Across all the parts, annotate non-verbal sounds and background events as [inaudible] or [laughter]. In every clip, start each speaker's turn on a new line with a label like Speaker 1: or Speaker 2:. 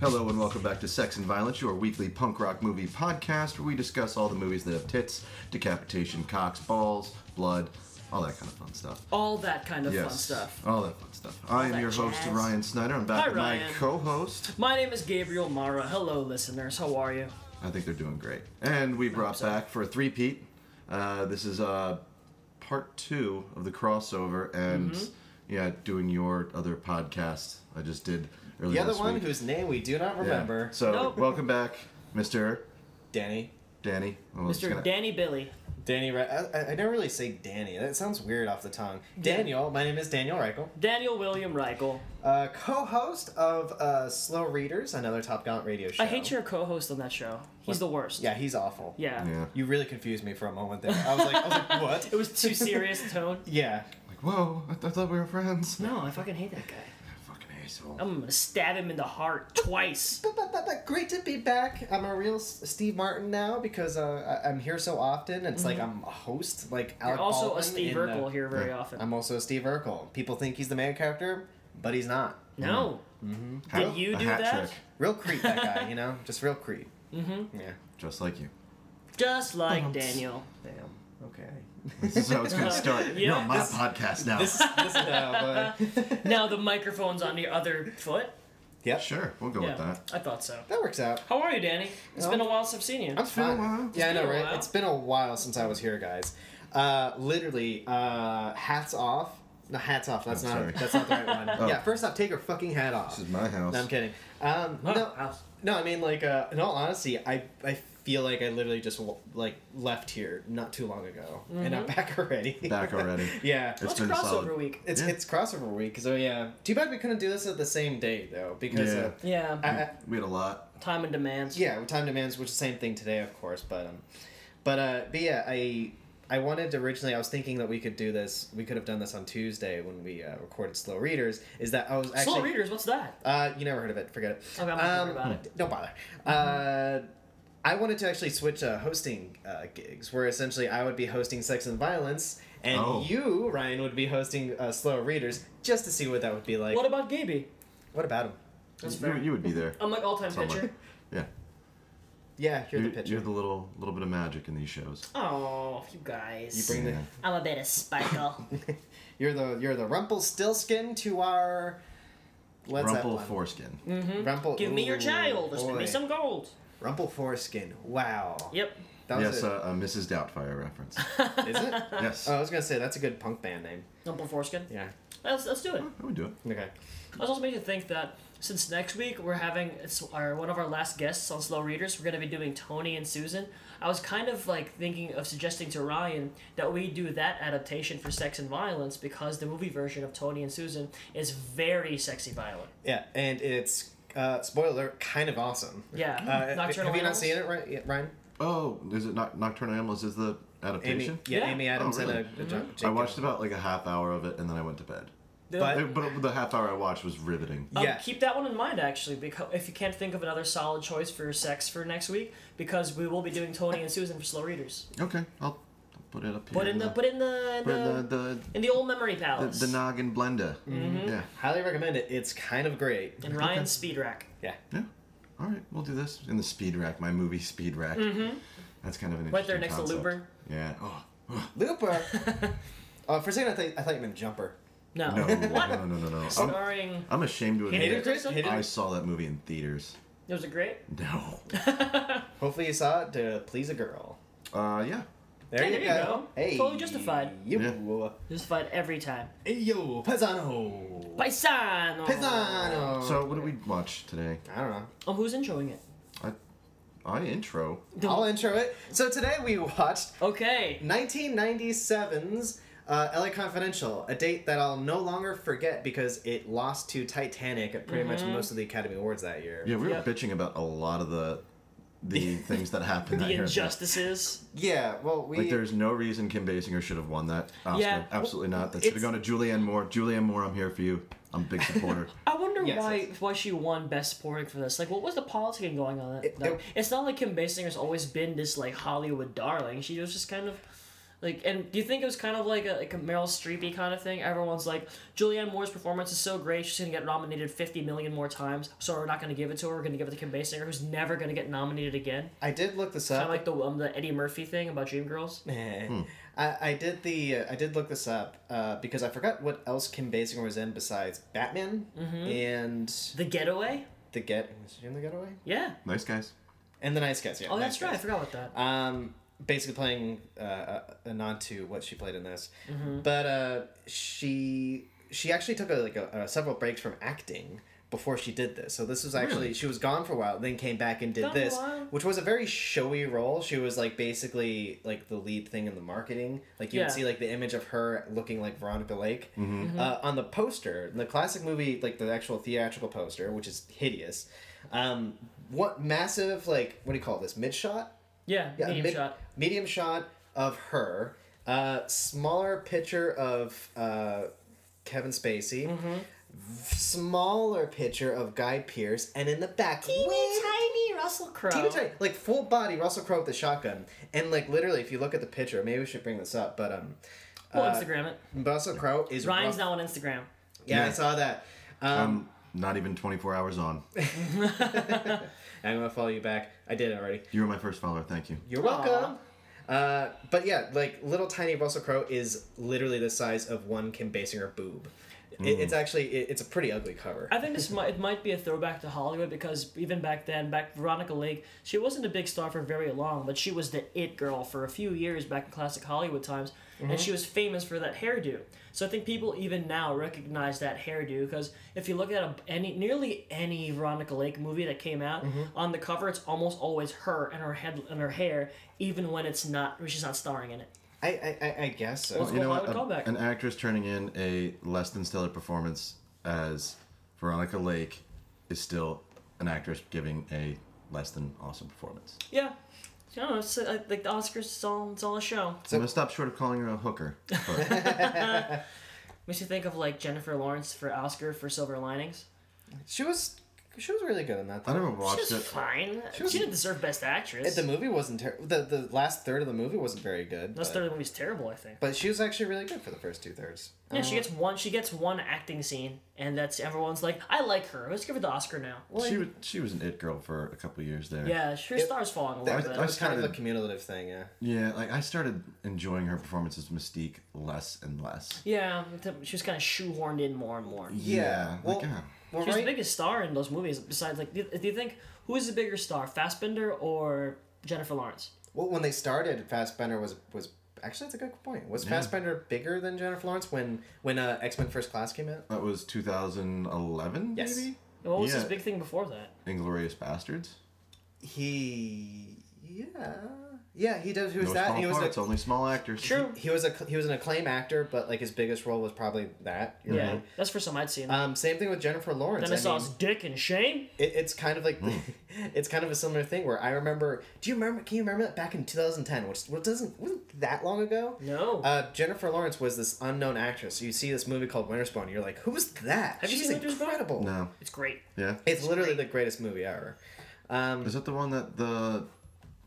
Speaker 1: Hello and welcome back to Sex and Violence, your weekly punk rock movie podcast where we discuss all the movies that have tits, decapitation, cocks, balls, blood, all that kind of fun stuff.
Speaker 2: all that kind of
Speaker 1: yes.
Speaker 2: fun stuff.
Speaker 1: All that fun stuff. I am
Speaker 2: that
Speaker 1: your host,
Speaker 2: jazz.
Speaker 1: Ryan Snyder. I'm back
Speaker 2: Hi,
Speaker 1: with my
Speaker 2: Ryan.
Speaker 1: co host.
Speaker 2: My name is Gabriel Mara. Hello, listeners. How are you?
Speaker 1: I think they're doing great. And we brought
Speaker 2: so.
Speaker 1: back for a three peat. Uh, this is uh, part two of the crossover and
Speaker 2: Mm-hmm.
Speaker 1: yeah, doing your other podcast I just did earlier
Speaker 3: The other
Speaker 1: this
Speaker 3: one
Speaker 1: week.
Speaker 3: whose name we do not
Speaker 1: Yeah.
Speaker 3: remember,
Speaker 1: So
Speaker 2: Nope.
Speaker 1: welcome back, Mr.
Speaker 3: Danny.
Speaker 1: Danny. Well, it's
Speaker 2: Mr.
Speaker 1: gonna-
Speaker 2: Danny Billy.
Speaker 3: Danny, Re- I, I- I don't really say Danny. That sounds weird off the tongue. Daniel, my name is Daniel Reichel,
Speaker 2: Daniel William Reichel.
Speaker 3: uh, co-host of uh, Slow Readers, another Top Gallant radio show.
Speaker 2: I hate your co-host on that show. He's the worst.
Speaker 3: Yeah, he's awful.
Speaker 2: Yeah.
Speaker 1: Yeah.
Speaker 3: You really confused me for a moment there. I was like, I was like, what?
Speaker 2: [laughs] It was too serious tone.
Speaker 3: Yeah. [laughs]
Speaker 1: Like, whoa, I, th- I thought we were friends.
Speaker 2: [laughs] No, Um, I fucking hate that guy.
Speaker 1: Fucking asshole.
Speaker 2: I'm gonna stab him in the heart twice.
Speaker 3: But, but, but, but great to be back. I'm a real S- Steve Martin now because uh, I, I'm here so often. And it's like I'm a host, like
Speaker 2: Mm-hmm. You're
Speaker 3: Alec
Speaker 2: also a
Speaker 3: Baldwin
Speaker 2: Steve
Speaker 3: in, uh,
Speaker 2: Urkel here very often.
Speaker 3: I'm also Steve Urkel. People think he's the main character, but he's not.
Speaker 2: no.
Speaker 1: Hat-
Speaker 2: Did you
Speaker 1: a
Speaker 2: do
Speaker 1: hat
Speaker 2: that?
Speaker 1: trick,
Speaker 3: Real creep, that
Speaker 1: [laughs]
Speaker 3: guy, you know? Just real creep. Mm-hmm. Yeah.
Speaker 1: just like you.
Speaker 2: Just like Daniel. [laughs]
Speaker 3: Damn. Okay.
Speaker 1: This is how it's gonna start.
Speaker 2: Yeah,
Speaker 1: You're on my
Speaker 3: this-
Speaker 1: podcast now. [laughs]
Speaker 3: This, this uh, [laughs] but-
Speaker 2: Now the microphone's on the other foot.
Speaker 3: Yep.
Speaker 1: sure, we'll go
Speaker 2: Yeah,
Speaker 1: with that.
Speaker 2: I thought so.
Speaker 3: That works out.
Speaker 2: How are you, Danny? It's
Speaker 3: No.
Speaker 2: been a while since I've seen you.
Speaker 3: I'm
Speaker 1: been a
Speaker 3: fine.
Speaker 1: while.
Speaker 3: Yeah, I
Speaker 2: It's
Speaker 3: know,
Speaker 2: been a
Speaker 3: right?
Speaker 2: while.
Speaker 3: It's been a while since I was here, guys. Uh, literally, uh, hats off. No, hats off. That's
Speaker 1: Oh,
Speaker 3: not.
Speaker 1: sorry. Oh.
Speaker 3: That's not the right
Speaker 1: [laughs]
Speaker 3: one. Yeah. First off, take your fucking hat off.
Speaker 1: This is my house.
Speaker 3: No, I'm kidding. Um,
Speaker 2: Oh,
Speaker 3: no,
Speaker 2: house.
Speaker 3: no, I mean like uh, in all honesty, I I feel like I literally just w- like left here not too long ago, and I'm back [laughs] already.
Speaker 1: Mm-hmm. Back already.
Speaker 3: yeah,
Speaker 1: It's
Speaker 2: What's
Speaker 1: been
Speaker 2: crossover
Speaker 1: solid.
Speaker 2: week?
Speaker 3: it's
Speaker 1: Yeah.
Speaker 3: it's crossover week, so yeah. Too bad we couldn't do this at the same day though, because
Speaker 1: Yeah.
Speaker 3: uh,
Speaker 2: Yeah.
Speaker 3: I, I,
Speaker 1: We had a lot.
Speaker 2: Time and demands.
Speaker 3: yeah, with time demands, which is the same thing today, of course. But um, but uh, but yeah, I I wanted to originally. I was thinking that we could do this. We could have done this on Tuesday when we uh, recorded Slow Readers. Is that I was actually
Speaker 2: Slow readers, what's that?
Speaker 3: Uh, you never heard of it. Forget it. Um,
Speaker 2: Okay, I'm not gonna worry about it.
Speaker 3: Don't bother. Uh, I wanted to actually switch uh, hosting uh, gigs, where essentially I would be hosting Sex and Violence, and
Speaker 1: Oh.
Speaker 3: you, Ryan, would be hosting uh, Slow Readers, just to see what that would be like.
Speaker 2: What
Speaker 3: What,
Speaker 2: about Gaby?
Speaker 3: about him?
Speaker 2: That's
Speaker 1: You,
Speaker 2: fair.
Speaker 1: you would be there.
Speaker 2: I'm like all time
Speaker 1: somewhere.
Speaker 2: pitcher.
Speaker 1: Yeah.
Speaker 3: Yeah, you're
Speaker 1: You-
Speaker 3: the pitcher.
Speaker 1: little little bit of magic in these shows.
Speaker 2: Oh, you guys.
Speaker 3: You bring
Speaker 1: Yeah.
Speaker 3: the
Speaker 2: I'm a bit of
Speaker 3: [laughs]
Speaker 2: Spikel.
Speaker 3: you're the you're the Rumpelstiltskin to our. What's
Speaker 1: Rumple
Speaker 3: that one?
Speaker 1: foreskin.
Speaker 3: Rumple.
Speaker 2: Give me your
Speaker 3: ooh,
Speaker 2: child or spend me
Speaker 3: boy.
Speaker 2: some gold.
Speaker 3: Rumple foreskin. Wow.
Speaker 2: Yep.
Speaker 3: That was
Speaker 1: Yes,
Speaker 3: a,
Speaker 1: uh, a Mrs. Doubtfire reference.
Speaker 3: [laughs] is it?
Speaker 1: yes.
Speaker 3: Oh, I was gonna say that's a good punk band name.
Speaker 2: Number foreskin.
Speaker 3: Yeah.
Speaker 2: Let's, let's do it.
Speaker 1: I would Oh, do it.
Speaker 3: Okay.
Speaker 2: I was also made to think that since next week we're having it's our, one of our last guests on Slow Readers, we're going to be doing Tony and Susan. I was kind of like thinking of suggesting to Ryan that we do that adaptation for Sex and Violence because the movie version of Tony and Susan is very sexy violent.
Speaker 3: Yeah, and it's uh, spoiler kind of awesome.
Speaker 2: Yeah.
Speaker 3: Uh,
Speaker 2: Oh, Nocturnal
Speaker 3: have you not
Speaker 2: Animals?
Speaker 3: seen it, Ry- yeah, Ryan?
Speaker 1: Oh, is it not Nocturnal Animals? Is the adaptation?
Speaker 3: Amy, yeah,
Speaker 2: Yeah. Mm-hmm.
Speaker 3: Amy Adams
Speaker 1: Oh, really?
Speaker 3: and a, a John, Jake
Speaker 1: I watched about like a half hour of it and then I went to bed.
Speaker 3: But-
Speaker 1: Uh, But the half hour I watched was riveting.
Speaker 2: Um,
Speaker 3: Yeah.
Speaker 2: Keep that one in mind, actually, because if you can't think of another solid choice for your sex for next week, because we will be doing Tony and Susan for slow readers.
Speaker 1: Okay, I'll I'll put it up here.
Speaker 2: Put in the, put in the, in
Speaker 1: put in
Speaker 2: the,
Speaker 1: the the
Speaker 2: in the old memory
Speaker 1: the,
Speaker 2: palace.
Speaker 1: the noggin blender. Yeah,
Speaker 3: Highly recommend it. It's kind of great.
Speaker 2: and Ryan's speed rack.
Speaker 3: Yeah.
Speaker 1: yeah. All right, we'll do this in the speed rack. My movie speed rack. That's kind of an interesting
Speaker 2: Right there next to
Speaker 1: concept.
Speaker 2: Looper.
Speaker 1: Yeah. Oh. oh,
Speaker 3: Looper.
Speaker 2: [laughs]
Speaker 3: uh, for a second, I, thought I thought you meant Jumper.
Speaker 2: No.
Speaker 1: No, no,
Speaker 2: [laughs]
Speaker 1: Um,
Speaker 2: what?
Speaker 1: no, no, no, no. I'm,
Speaker 2: Starring.
Speaker 1: I'm ashamed to
Speaker 2: Hayden
Speaker 1: admit
Speaker 3: Christensen?
Speaker 1: I saw that movie in theaters.
Speaker 2: It was a great.
Speaker 1: No.
Speaker 3: Hopefully, you saw it to please a girl.
Speaker 1: [laughs] Uh, yeah.
Speaker 3: There,
Speaker 2: Yeah,
Speaker 3: you,
Speaker 2: there you
Speaker 3: go.
Speaker 2: go.
Speaker 3: Hey.
Speaker 2: Totally justified.
Speaker 3: Yo.
Speaker 1: Yeah.
Speaker 2: Just fight every time.
Speaker 3: Hey, yo. Paisano.
Speaker 2: Paisano.
Speaker 3: Paisano.
Speaker 1: So what did we watch today?
Speaker 3: I don't know.
Speaker 2: Oh, who's introing it?
Speaker 1: I, I intro.
Speaker 3: I'll intro it. So today we watched
Speaker 2: Okay.
Speaker 3: 1997's uh, LA Confidential, a date that I'll no longer forget because it lost to Titanic at pretty much
Speaker 2: Mm-hmm.
Speaker 3: most of the Academy Awards that year.
Speaker 1: Yeah, we were
Speaker 2: Yep.
Speaker 1: bitching about a lot of the,
Speaker 2: [laughs]
Speaker 1: the things that happened that
Speaker 2: The
Speaker 1: year.
Speaker 2: injustices.
Speaker 3: Yeah, well, we.
Speaker 1: Like, there's no reason Kim Basinger should have won that Oscar.
Speaker 2: Yeah.
Speaker 1: Absolutely not. That should have
Speaker 3: It's-
Speaker 1: gone to Julianne Moore. Julianne Moore, I'm here for you. I'm a big
Speaker 2: [laughs]
Speaker 1: supporter.
Speaker 2: I wonder
Speaker 3: Yes,
Speaker 2: why
Speaker 3: yes.
Speaker 2: why she won Best Supporting for this. Like, what was the politicking going on? That,
Speaker 3: It-
Speaker 2: though?
Speaker 3: it-
Speaker 2: it's not like Kim Basinger's always been this like Hollywood darling. She was just kind of Like, and do you think it was kind of like a, like a Meryl Streepy kind of thing? Everyone's like, Julianne Moore's performance is so great, she's gonna get nominated fifty million more times, so we're not gonna give it to her. We're gonna give it to Kim Basinger, who's never gonna get nominated again.
Speaker 3: I did look this
Speaker 2: Kind
Speaker 3: up.
Speaker 2: of like the um, the Eddie Murphy thing about Dreamgirls.
Speaker 3: Eh. I, I did the uh, I did look this up uh, because I forgot what else Kim Basinger was in besides Batman
Speaker 2: Mm-hmm.
Speaker 3: and
Speaker 2: The Getaway.
Speaker 3: the Get. Was she in the Getaway?
Speaker 2: Yeah.
Speaker 1: Nice guys.
Speaker 3: And the Nice Guys. Yeah.
Speaker 2: Oh,
Speaker 3: Nice
Speaker 2: that's right. I
Speaker 3: Guys.
Speaker 2: forgot about that.
Speaker 3: Um, basically playing uh, a- a non to what she played in this,
Speaker 2: Mm-hmm.
Speaker 3: but uh, she she actually took a, like a, uh several breaks from acting before she did this. So this was actually
Speaker 1: Really?
Speaker 3: she was gone for a while, then came back and did
Speaker 2: Gone a
Speaker 3: this,
Speaker 2: while.
Speaker 3: which was a very showy role. She was like basically like the lead thing in the marketing. Like you
Speaker 2: Yeah. Mm-hmm.
Speaker 3: would see like the image of her looking like Veronica Lake uh, on the poster, the classic movie, like the actual theatrical poster, which is hideous. Um, what massive like what do you call this mid shot?
Speaker 2: Yeah.
Speaker 3: Yeah,
Speaker 2: medium
Speaker 3: mid-
Speaker 2: shot.
Speaker 3: Medium shot of her. Uh, smaller picture of uh, Kevin Spacey.
Speaker 2: Mm-hmm.
Speaker 3: v- Smaller picture of Guy Pierce, and in the back, way-
Speaker 2: tiny Russell Crowe.
Speaker 3: teeny tiny, like full body Russell Crowe with the shotgun, and like literally, if you look at the picture, maybe we should bring this up, but um,
Speaker 2: We'll
Speaker 3: uh,
Speaker 2: Instagram it.
Speaker 3: Russell Crowe is
Speaker 2: Ryan's
Speaker 3: rough-
Speaker 2: now on Instagram.
Speaker 3: Yeah, I
Speaker 1: Yeah.
Speaker 3: saw that. um,
Speaker 1: Um, not even 24 hours on.
Speaker 3: I'm gonna follow you back. I did already.
Speaker 1: You were my first follower. Thank you.
Speaker 3: You're welcome. Uh, but yeah, like little tiny Russell Crowe is literally the size of one Kim Basinger boob. It, it's actually it, it's a pretty ugly cover.
Speaker 2: I think this might it might be a throwback to Hollywood because even back then, back Veronica Lake, she wasn't a big star for very long, but she was the it girl for a few years back in classic Hollywood times, and she was famous for that hairdo. So I think people even now recognize that hairdo because if you look at a, any nearly any Veronica Lake movie that came out on the cover, it's almost always her and her head and her hair, even when it's not when she's not starring in it.
Speaker 3: I I, I, I guess so.
Speaker 2: Well,
Speaker 1: You know
Speaker 2: why
Speaker 1: what?
Speaker 2: would
Speaker 1: A-
Speaker 2: callback?
Speaker 1: an actress turning in a less than stellar performance as Veronica Lake is still an actress giving a less than awesome performance.
Speaker 2: Yeah, I don't know. It's, uh, like the Oscars, it's all it's all a show.
Speaker 1: I'm gonna stop short of calling her a hooker. but-
Speaker 2: Makes you think of like Jennifer Lawrence for Oscar for Silver Linings.
Speaker 3: She was she was really good in that.
Speaker 1: I
Speaker 3: though.
Speaker 2: [laughs]
Speaker 1: never
Speaker 2: She
Speaker 1: watched
Speaker 2: was
Speaker 1: it.
Speaker 2: fine. She,
Speaker 3: was-
Speaker 2: didn't deserve Best Actress.
Speaker 3: The movie wasn't terrible. The the last third of the movie wasn't very good.
Speaker 2: That's
Speaker 3: but,
Speaker 2: third of the movie's terrible, I think.
Speaker 3: but she was actually really good for the first two thirds.
Speaker 2: Yeah, she gets one. She gets one acting scene, and that's everyone's like, "I like her. Let's give her the Oscar now."
Speaker 1: She was she was an it girl for a couple years there.
Speaker 2: Yeah, her star's falling a
Speaker 3: It
Speaker 2: little
Speaker 3: was,
Speaker 2: bit.
Speaker 3: it was kind of a
Speaker 1: started-
Speaker 3: cumulative thing. Yeah.
Speaker 1: Yeah, like I started enjoying her performance as Mystique less and less.
Speaker 2: yeah, th- she was kind of shoehorned in more and more. She
Speaker 1: Yeah.
Speaker 3: Well,
Speaker 1: like, yeah.
Speaker 3: well,
Speaker 2: was the
Speaker 3: right-
Speaker 2: biggest star in those movies. Besides, like, do you- do you think who is the bigger star, Fassbender or Jennifer Lawrence?
Speaker 3: Well, when they started, Fassbender was was actually that's a good point. Was Fassbender bigger than Jennifer Lawrence when when uh, X Men First Class came out?
Speaker 1: That was 2011,
Speaker 3: Yes.
Speaker 1: maybe?
Speaker 2: What was
Speaker 1: Yeah.
Speaker 2: his big thing before that?
Speaker 1: Inglorious Bastards.
Speaker 3: He yeah yeah he does. He was
Speaker 1: No
Speaker 3: that.
Speaker 1: small
Speaker 3: He was
Speaker 1: parts,
Speaker 3: a,
Speaker 1: only small actors.
Speaker 2: True.
Speaker 3: he was a he was an acclaimed actor, but like his biggest role was probably that. You're
Speaker 2: Yeah,
Speaker 3: right.
Speaker 2: that's for some I'd seen.
Speaker 3: Um, same thing with Jennifer Lawrence.
Speaker 2: then I,
Speaker 3: I
Speaker 2: saw
Speaker 3: mean,
Speaker 2: his Dick and Shame.
Speaker 3: it, it's kind of like
Speaker 1: Hmm.
Speaker 3: [laughs] it's kind of a similar thing where I remember. Do you remember? Can you remember that back in 2010, which what doesn't wasn't that long ago?
Speaker 2: No.
Speaker 3: Uh, Jennifer Lawrence was this unknown actress. You see this movie called Winterspawn, and you're like, "Who's that?
Speaker 2: Have you
Speaker 3: She's
Speaker 2: seen Winterspawn?
Speaker 3: incredible."
Speaker 1: No.
Speaker 2: it's great.
Speaker 1: Yeah.
Speaker 3: It's literally the greatest movie ever. Um,
Speaker 1: Is that the one that the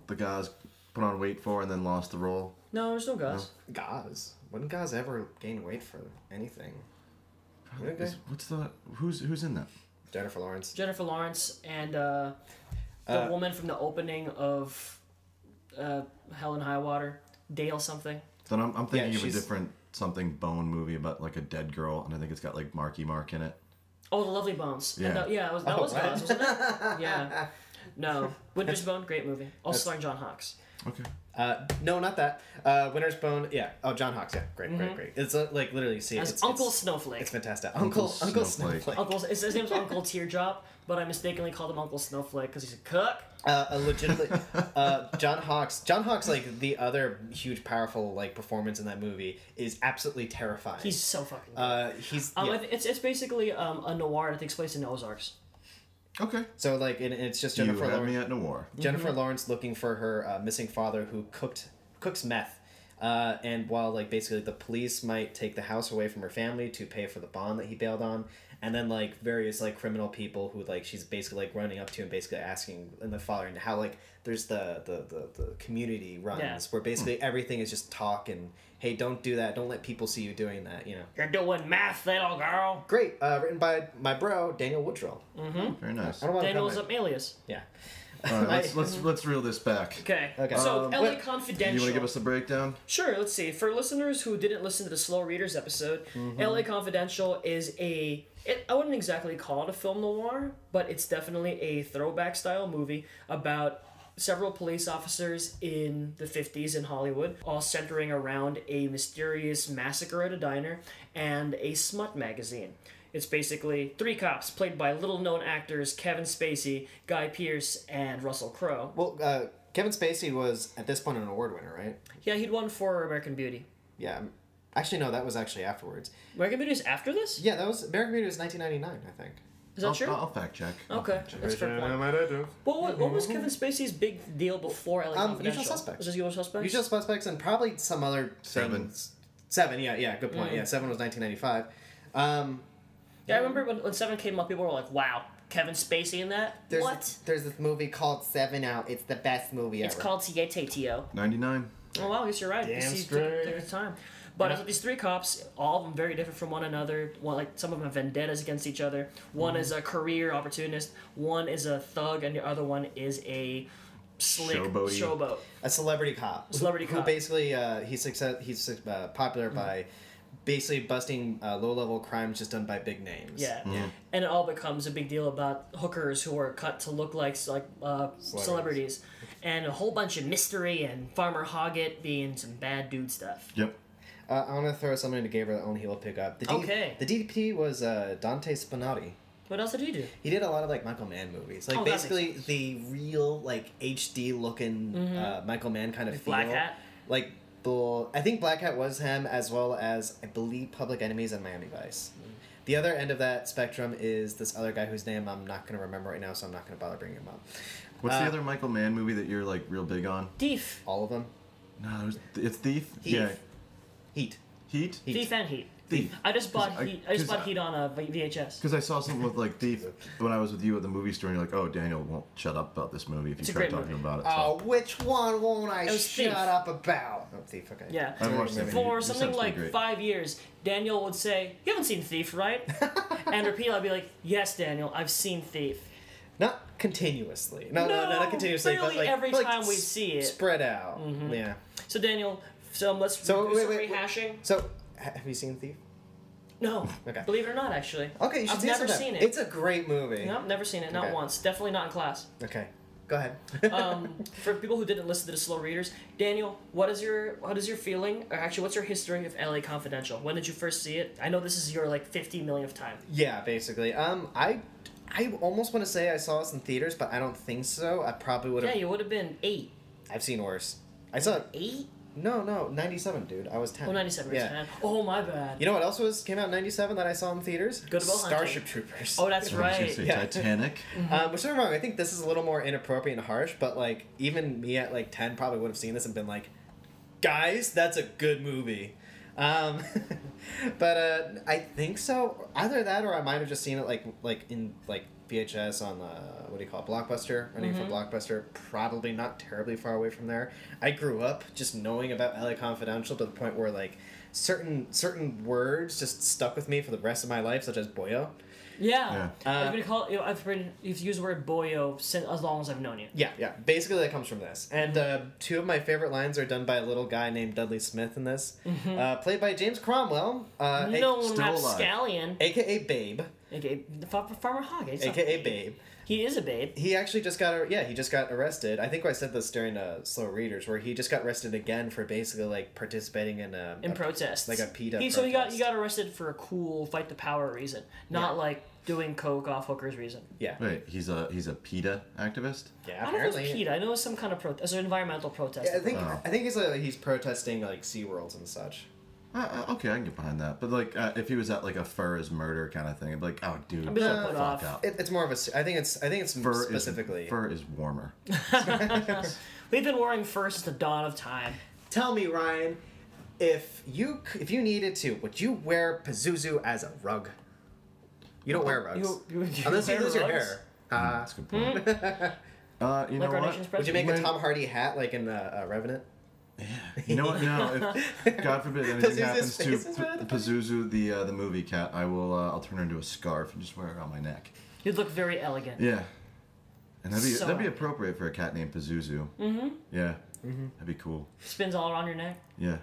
Speaker 1: the guys put on weight for and then lost the role?
Speaker 2: No, there's no Gus.
Speaker 3: Gaz. When did Gaz ever gain weight for anything? Okay.
Speaker 1: Is- what's the who's who's in that?
Speaker 3: Jennifer Lawrence.
Speaker 2: Jennifer Lawrence and uh, the
Speaker 3: Uh,
Speaker 2: woman from the opening of uh, Hell and High Water, Dale something.
Speaker 1: Then I'm, I'm thinking of
Speaker 3: Yeah,
Speaker 1: a
Speaker 3: she's-
Speaker 1: different something Bone movie about like a dead girl, and I think it's got like Marky Mark in it.
Speaker 2: Oh, The Lovely Bones. And
Speaker 1: Yeah.
Speaker 2: that- yeah, it was, that
Speaker 3: Oh,
Speaker 2: was
Speaker 3: what?
Speaker 2: Gus, wasn't it?
Speaker 3: [laughs]
Speaker 2: yeah. No, Winter's Bone, great movie. Also starring John Hawkes.
Speaker 1: Okay.
Speaker 3: Uh, no, not that. Uh, Winter's Bone. Yeah. Oh, John Hawkes. Yeah. Great, great, great. It's uh, like literally you see it.
Speaker 2: Mm-hmm. As
Speaker 3: It's,
Speaker 2: Uncle
Speaker 3: It's,
Speaker 2: Snowflake.
Speaker 3: it's fantastic. Uncle
Speaker 1: Uncle
Speaker 3: Uncle
Speaker 1: Snowflake.
Speaker 3: Snowflake.
Speaker 2: Uncle, his, his name's Uncle Teardrop, but I mistakenly called him Uncle Snowflake because he's a cook.
Speaker 3: Uh, a legitimately, uh, John Hawkes. John Hawkes, like the other huge, powerful like performance in that movie, is absolutely terrifying.
Speaker 2: He's so fucking. Good.
Speaker 3: uh, he's
Speaker 2: um,
Speaker 3: yeah.
Speaker 2: I thi- it's it's basically um, a noir that takes place in the Ozarks.
Speaker 1: Okay.
Speaker 3: so like, and, and it's just
Speaker 1: You
Speaker 3: Jennifer
Speaker 1: had
Speaker 3: Lawrence.
Speaker 1: me at Noir.
Speaker 2: Mm-hmm.
Speaker 3: Jennifer Lawrence looking for her uh, missing father who cooked cooks meth Uh, and while like basically the police might take the house away from her family to pay for the bond that he bailed on, and then like various like criminal people who like she's basically like running up to and basically asking and the father and how like there's the the the, the community runs
Speaker 2: Yeah. Hmm.
Speaker 3: where basically everything is just talk and hey don't do that don't let people see you doing that you know.
Speaker 2: You're doing math, little girl.
Speaker 3: Great, uh, written by my bro Daniel Woodrell.
Speaker 1: Very nice.
Speaker 3: I
Speaker 1: All
Speaker 3: don't want to
Speaker 2: Daniel's up alias.
Speaker 3: Yeah.
Speaker 1: right, let's
Speaker 3: I-
Speaker 1: let's let's reel this back.
Speaker 2: Okay.
Speaker 3: Okay.
Speaker 2: So
Speaker 3: Um,
Speaker 2: LA
Speaker 3: wait,
Speaker 1: Do
Speaker 2: Confidential.
Speaker 1: you want to give us a breakdown?
Speaker 2: Sure, let's see. For listeners who didn't listen to the Slow Readers episode, LA Confidential is a. It, I wouldn't exactly call it a film noir, but it's definitely a throwback style movie about several police officers in the 50s in Hollywood, all centering around a mysterious massacre at a diner and a smut magazine. It's basically three cops played by little known actors Kevin Spacey, Guy Pearce, and Russell Crowe.
Speaker 3: Well, uh, Kevin Spacey was at this point an award winner, right?
Speaker 2: Yeah, he'd won for American Beauty.
Speaker 3: Yeah. I'm- Actually, no, that was actually afterwards.
Speaker 2: American Beauty is after this?
Speaker 3: Yeah, that was American Beauty was 1999, I think.
Speaker 2: Is that
Speaker 1: I'll,
Speaker 2: true?
Speaker 3: Uh,
Speaker 1: I'll, I'll fact check. I'll
Speaker 2: Okay,
Speaker 1: fact check.
Speaker 2: that's a fair point. What, what, what was Kevin Spacey's big deal before LA
Speaker 3: Um,
Speaker 2: Confidential?
Speaker 3: Usual Suspects.
Speaker 2: Was this Usual Suspects?
Speaker 3: Usual Suspects and probably some other
Speaker 1: Seven.
Speaker 3: things. Seven, yeah, yeah, good point. Yeah, Seven was 1995. Um,
Speaker 2: Yeah, I remember when, when Seven came up, people were like, "Wow, Kevin Spacey in that?
Speaker 3: there's
Speaker 2: what?"
Speaker 3: there's this movie called Seven Out. It's the best movie
Speaker 2: It's
Speaker 3: ever.
Speaker 2: called Tietatio.
Speaker 1: 99.
Speaker 2: Oh wow, I guess you're right.
Speaker 3: Damn
Speaker 2: Damn these
Speaker 3: straight.
Speaker 2: time. But it's these three cops, all of them very different from one another. One like some of them have vendettas against each other. One is a career opportunist. One is a thug, and the other one is a slick
Speaker 1: Showboaty.
Speaker 2: showboat.
Speaker 3: a celebrity cop.
Speaker 2: Celebrity
Speaker 3: who,
Speaker 2: cop. Mm-hmm.
Speaker 3: Who basically uh, he's success he's uh, popular by basically busting uh, low level crimes just done by big names.
Speaker 2: Yeah. And it all becomes a big deal about hookers who are cut to look like like uh, celebrities. and a whole bunch of mystery and Farmer Hoggett being some bad dude stuff.
Speaker 1: Yep.
Speaker 3: Uh, I want to throw something to Gabriel that only he will pick up. The D-
Speaker 2: Okay.
Speaker 3: The DDP was uh, Dante Spinotti.
Speaker 2: What else did he do?
Speaker 3: He did a lot of like Michael Mann movies, like
Speaker 2: Oh, that makes
Speaker 3: basically the real like HD looking
Speaker 2: Mm-hmm.
Speaker 3: uh, Michael Mann kind of feel.
Speaker 2: Black Hat?
Speaker 3: Like the I think Black Hat was him, as well as I believe Public Enemies and Miami Vice. The other end of that spectrum is this other guy whose name I'm not going to remember right now, so I'm not going to bother bringing him up.
Speaker 1: What's
Speaker 3: Uh,
Speaker 1: the other Michael Mann movie that you're like real big on?
Speaker 2: Thief,
Speaker 3: All of them.
Speaker 1: No, there's, it's Thief.
Speaker 3: Heath.
Speaker 1: Yeah.
Speaker 3: Heat.
Speaker 1: Heat.
Speaker 3: Heat.
Speaker 2: Thief and Heat.
Speaker 1: Thief.
Speaker 2: I just bought
Speaker 1: 'Cause I-
Speaker 2: Heat. I just
Speaker 1: 'cause
Speaker 2: bought
Speaker 1: I-
Speaker 2: Heat on a V- VHS.
Speaker 1: Because I saw something with like Thief when I was with you at the movie store, and you're like, "Oh, Daniel won't shut up about this movie if you
Speaker 2: It's a
Speaker 1: try
Speaker 2: great
Speaker 1: talking
Speaker 2: movie.
Speaker 1: about it."
Speaker 3: Oh,
Speaker 1: So.
Speaker 3: which one won't I
Speaker 2: It
Speaker 3: shut
Speaker 2: was Thief.
Speaker 3: up about? Oh, thief. Okay.
Speaker 2: Yeah.
Speaker 1: I haven't watched that movie.
Speaker 2: For
Speaker 1: This
Speaker 2: something
Speaker 1: sounds pretty
Speaker 2: like
Speaker 1: great.
Speaker 2: five years, Daniel would say, "You haven't seen Thief, right?"
Speaker 3: [laughs]
Speaker 2: and repeat, I'd be like, "Yes, Daniel, I've seen Thief."
Speaker 3: Not continuously. No, no, no,
Speaker 2: No,
Speaker 3: not continuously. but
Speaker 2: really
Speaker 3: like
Speaker 2: every
Speaker 3: but, like,
Speaker 2: time we
Speaker 3: s-
Speaker 2: see it. Mm-hmm.
Speaker 3: spread out. Yeah.
Speaker 2: So Daniel, so let's
Speaker 3: So
Speaker 2: do
Speaker 3: wait,
Speaker 2: some
Speaker 3: wait, wait.
Speaker 2: rehashing.
Speaker 3: So, ha- have you seen Thief?
Speaker 2: No,
Speaker 3: Okay.
Speaker 2: believe it or not, actually.
Speaker 3: Okay, you should
Speaker 2: I've
Speaker 3: see
Speaker 2: never
Speaker 3: sometime.
Speaker 2: seen it.
Speaker 3: It's a great movie.
Speaker 2: Nope, never seen it. Not
Speaker 3: Okay.
Speaker 2: once. Definitely not in class.
Speaker 3: Okay, go ahead.
Speaker 2: [laughs] Um, for people who didn't listen to the slow readers, Daniel, what is your what is your feeling, or actually, what's your history of LA Confidential? When did you first see it? I know this is your like fifty millionth time.
Speaker 3: [laughs] yeah, basically. Um, I, I almost want to say I saw this in theaters, but I don't think so. I probably would
Speaker 2: Yeah,
Speaker 3: have.
Speaker 2: you would have been eight,
Speaker 3: I've seen worse. I saw it.
Speaker 2: eight,
Speaker 3: No, no, ninety-seven, dude. I was ten.
Speaker 2: oh, 97
Speaker 3: Yeah.
Speaker 2: man. Oh my bad.
Speaker 3: You know what else was came out in ninety-seven that I saw in theaters?
Speaker 2: Good Will Hunting.
Speaker 3: Starship Troopers.
Speaker 2: Oh, that's
Speaker 1: I was gonna
Speaker 2: right.
Speaker 1: say
Speaker 3: Yeah.
Speaker 1: Titanic.
Speaker 3: Um, which don't get me wrong, I think this is a little more inappropriate and harsh, but like even me at like ten probably would have seen this and been like, guys, that's a good movie. Um, [laughs] but uh, I think so. Either that, or I might have just seen it like like in like VHS on uh, what do you call it, Blockbuster, running for Blockbuster. Probably not terribly far away from there. I grew up just knowing about LA Confidential to the point where like certain certain words just stuck with me for the rest of my life, such as boyo.
Speaker 2: Yeah.
Speaker 3: Yeah.
Speaker 2: I've
Speaker 3: Uh,
Speaker 2: been called. You know, I've been. You've used the word boyo since as long as I've known you.
Speaker 3: Yeah, yeah. Basically, that comes from this. And uh, two of my favorite lines are done by a little guy named Dudley Smith in this, uh, played by James Cromwell, uh, a-
Speaker 2: Mm-hmm. no,
Speaker 1: still
Speaker 2: not
Speaker 1: alive.
Speaker 2: scallion.
Speaker 3: aka Babe,
Speaker 2: Okay, the fa- Farmer Hog. it's not-
Speaker 3: aka Babe.
Speaker 2: He is a babe.
Speaker 3: He actually just got ar- yeah he just got arrested. I think I said this during uh, Slow Readers, where he just got arrested again for basically like participating in uh, a,
Speaker 2: in
Speaker 3: a-
Speaker 2: protests.
Speaker 3: like a PETA
Speaker 2: He, so he got
Speaker 3: protest.
Speaker 2: he got arrested for a cool fight the power reason, not like doing coke off hookers reason.
Speaker 3: yeah
Speaker 1: Wait, he's a he's a PETA activist.
Speaker 3: yeah
Speaker 2: I don't know if it was
Speaker 3: apparently.
Speaker 2: PETA. I know it was some kind of protest, an environmental protest.
Speaker 3: Yeah, I think
Speaker 1: Oh.
Speaker 3: I think he's uh he's protesting like SeaWorlds and such.
Speaker 1: Uh, uh, okay, I can get behind that. But like, uh, if he was at like a fur is murder kind of thing, I'd be like, "Oh, dude,
Speaker 2: I'd be
Speaker 1: shut
Speaker 2: like,
Speaker 1: the
Speaker 2: put
Speaker 1: fuck
Speaker 2: off.
Speaker 1: up."
Speaker 3: It, it's more of a s- I think it's I think it's
Speaker 1: Fur
Speaker 2: [laughs]
Speaker 3: specifically
Speaker 2: Uh,
Speaker 1: is, fur is warmer.
Speaker 2: We've been wearing fur since the dawn of time.
Speaker 3: Tell me, Ryan, if you c- if you needed to, would you wear Pazuzu as a rug? You don't wear rugs
Speaker 2: Uh, You- you- you
Speaker 3: unless you
Speaker 2: wear
Speaker 3: lose your
Speaker 2: rugs?
Speaker 3: hair.
Speaker 1: [laughs]
Speaker 3: Uh,
Speaker 1: That's a good point. [laughs] uh, you
Speaker 2: hmm. Like
Speaker 1: know
Speaker 2: our
Speaker 1: what?
Speaker 2: nation's
Speaker 3: would you make a
Speaker 1: When-
Speaker 3: Tom Hardy hat like in uh, uh, Revenant?
Speaker 1: You know what? No, if God
Speaker 3: [laughs]
Speaker 1: forbid anything
Speaker 3: Pazuzu's
Speaker 1: happens to
Speaker 3: face is really
Speaker 1: P-
Speaker 3: funny.
Speaker 1: Pazuzu, the uh, the movie cat, I will. Uh, I'll turn her into a scarf and just wear it around my neck.
Speaker 2: You'd look very elegant.
Speaker 1: Yeah, and that'd be
Speaker 2: So-
Speaker 1: that'd be appropriate for a cat named Pazuzu. Mm-hmm. Yeah,
Speaker 3: Mm-hmm.
Speaker 1: that'd be cool.
Speaker 2: Spins all around your neck.
Speaker 1: Yeah,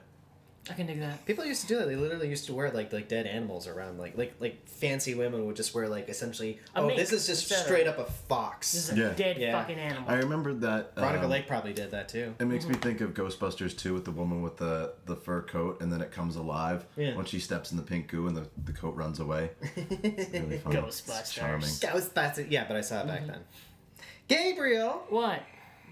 Speaker 2: I can dig that.
Speaker 3: People used to do that. They literally used to wear like like dead animals around. Like like like fancy women would just wear like essentially.
Speaker 2: A
Speaker 3: oh,
Speaker 2: mink
Speaker 3: this is just
Speaker 2: instead of-
Speaker 3: straight up a fox.
Speaker 2: This is a
Speaker 1: Yeah.
Speaker 2: dead
Speaker 3: Yeah.
Speaker 2: fucking animal.
Speaker 1: I remember that.
Speaker 3: Veronica
Speaker 1: um,
Speaker 3: Lake probably did that too.
Speaker 1: It
Speaker 2: Mm-hmm.
Speaker 1: makes me think of Ghostbusters 2 with the woman with the, the fur coat and then it comes alive
Speaker 3: Yeah.
Speaker 1: when she steps in the pink goo and the, the coat runs
Speaker 3: [laughs]
Speaker 1: away. It's really funny. It's
Speaker 2: Ghostbusters.
Speaker 1: charming.
Speaker 3: Ghostbusters. Yeah, but I saw it
Speaker 2: Mm-hmm.
Speaker 3: back then. Gabriel,
Speaker 2: What?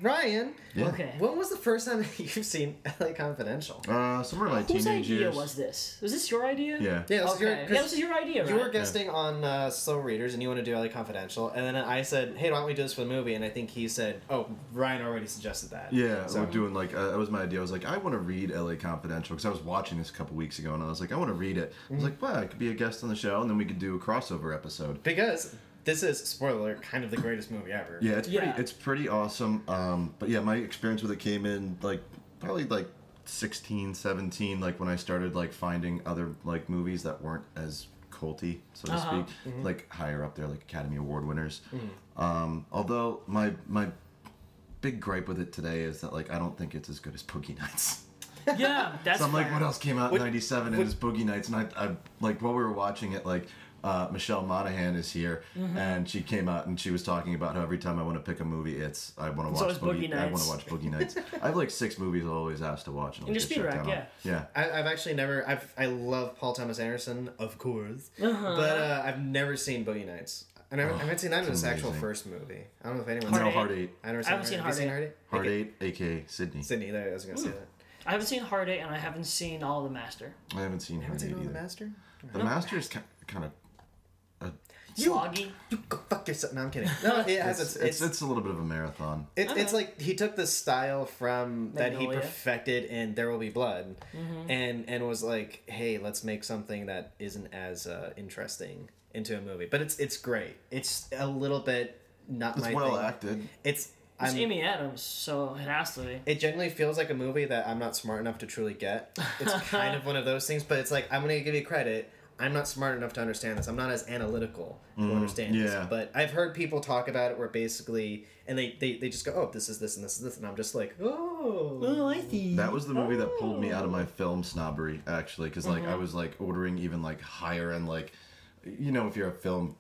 Speaker 3: Ryan,
Speaker 1: Yeah.
Speaker 2: Okay.
Speaker 3: when was the first time [laughs] that you've seen LA Confidential?
Speaker 1: Uh, somewhere in my
Speaker 2: Whose
Speaker 1: teenage
Speaker 2: idea
Speaker 1: years.
Speaker 2: was this? Was this your idea?
Speaker 1: Yeah.
Speaker 3: Yeah, this
Speaker 2: Okay.
Speaker 3: is your,
Speaker 2: yeah,
Speaker 3: 'cause
Speaker 2: this is your idea,
Speaker 3: you were
Speaker 2: right?
Speaker 3: guesting on uh, Slow Readers and you want to do LA Confidential, and then I said, hey, why don't we do this for the movie? And I think he said, oh, Ryan already suggested that.
Speaker 1: Yeah,
Speaker 3: So-
Speaker 1: we're doing like uh, that was my idea. I was like, I want to read LA Confidential because I was watching this a couple weeks ago and I was like, I want to read it. I
Speaker 3: Mm-hmm.
Speaker 1: was like, well, I could be a guest on the show and then we could do a crossover episode.
Speaker 3: Because this is, spoiler alert, kind of the greatest movie ever.
Speaker 1: Yeah, it's pretty
Speaker 2: Yeah.
Speaker 1: it's pretty awesome. Um, but yeah, my experience with it came in like probably like 16, 17, like when I started like finding other like movies that weren't as culty, so to
Speaker 2: Uh-huh.
Speaker 1: speak, like higher up there, like Academy Award winners.
Speaker 2: Mm.
Speaker 1: Um, although my my big gripe with it today is that like I don't think it's as good as Boogie Nights.
Speaker 2: Yeah, that's
Speaker 1: So I'm like,
Speaker 2: fair.
Speaker 1: what else came out in
Speaker 3: Would-
Speaker 1: '97 and
Speaker 3: would-
Speaker 1: it's Boogie Nights? And I, I like while we were watching it, like uh, Michelle Monaghan is here,
Speaker 2: Mm-hmm.
Speaker 1: and she came out and she was talking about how every time I want to pick a movie, it's I want to watch
Speaker 2: always
Speaker 1: Boogie,
Speaker 2: Boogie
Speaker 1: I want
Speaker 2: Nights.
Speaker 1: to watch Boogie
Speaker 2: [laughs]
Speaker 1: Nights. I have like six movies I always asked to watch. And, I'll
Speaker 2: your
Speaker 1: get
Speaker 2: speed
Speaker 1: shut
Speaker 2: rack,
Speaker 1: down on.
Speaker 2: yeah.
Speaker 1: yeah.
Speaker 3: I, I've actually never, I've, I love Paul Thomas Anderson, of course, but uh, I've never seen Boogie Nights. And I, I haven't seen that in his actual
Speaker 1: amazing.
Speaker 3: first movie. I don't know if anyone's
Speaker 1: No,
Speaker 2: Eight.
Speaker 1: Heart Eight,
Speaker 3: I never
Speaker 2: I haven't
Speaker 3: seen
Speaker 2: seen
Speaker 3: Heart Eight. Have you
Speaker 2: Heart
Speaker 3: seen
Speaker 1: Heart Eight, aka Sydney.
Speaker 3: Sydney, there, I was gonna say that.
Speaker 2: I haven't seen Heart Eight, and I haven't seen All the Master.
Speaker 1: I haven't seen
Speaker 3: Haven't
Speaker 1: Heart Eight
Speaker 3: seen All the
Speaker 1: either.
Speaker 3: Master?
Speaker 1: The Master is kind of
Speaker 2: Sloggy.
Speaker 3: You go fuck yourself. No, I'm kidding. No, it
Speaker 1: it's
Speaker 3: has its.
Speaker 1: it's,
Speaker 3: It's,
Speaker 1: it's a little bit of a marathon.
Speaker 3: it's, it's like he took the style from that he
Speaker 2: Magnolia.
Speaker 3: perfected in There Will Be Blood, and and was like, hey, let's make something that isn't as uh, interesting into a movie. But it's it's great. It's a little bit not
Speaker 1: It's
Speaker 3: my
Speaker 1: well
Speaker 3: thing.
Speaker 1: acted.
Speaker 3: It's
Speaker 2: It's
Speaker 3: I'm,
Speaker 2: Amy Adams, so it has to be.
Speaker 3: it generally feels like a movie that I'm not smart enough to truly get.
Speaker 2: [laughs]
Speaker 3: It's kind of one of those things, but it's like I'm gonna give you credit. I'm not smart enough to understand this. I'm not as analytical to understand
Speaker 1: Mm, yeah.
Speaker 3: this. But I've heard people talk about it where basically and they, they, they just go, Oh, this is this and this is this and I'm just like, Oh
Speaker 2: I see.
Speaker 1: That was the movie that pulled me out of my film snobbery, actually, because like I was like ordering even like higher end, like you know, if you're a film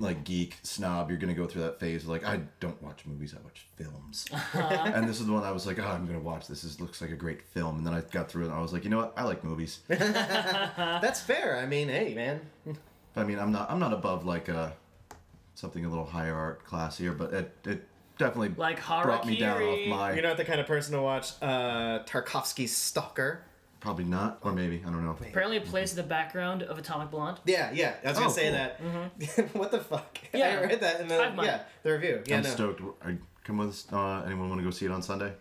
Speaker 1: like geek snob, you're gonna go through that phase of, like I don't watch movies, I watch films. and this is the one I was like, oh, I'm gonna watch this. This looks like a great film. And then I got through it, and I was like, you know what? I like movies.
Speaker 2: Uh.
Speaker 3: That's fair. I mean, hey man.
Speaker 1: I mean, I'm not I'm not above like uh something a little higher art, classier, but it it definitely
Speaker 2: Like
Speaker 1: brought me down off
Speaker 2: Harakiri.
Speaker 1: my
Speaker 3: You're not the kind of person to watch uh Tarkovsky's stalker.
Speaker 1: probably not or maybe I don't know.
Speaker 2: Apparently, it plays in the background of Atomic Blonde.
Speaker 3: Yeah, yeah. I was
Speaker 1: Oh,
Speaker 3: gonna say
Speaker 1: cool.
Speaker 3: that. [laughs] what the fuck?
Speaker 2: Mm-hmm. Yeah.
Speaker 3: I read that and then
Speaker 2: Five mile.
Speaker 3: yeah, the review. Yeah,
Speaker 1: I'm
Speaker 3: no.
Speaker 1: stoked. Are, come with us. Uh, anyone want to go see it on Sunday?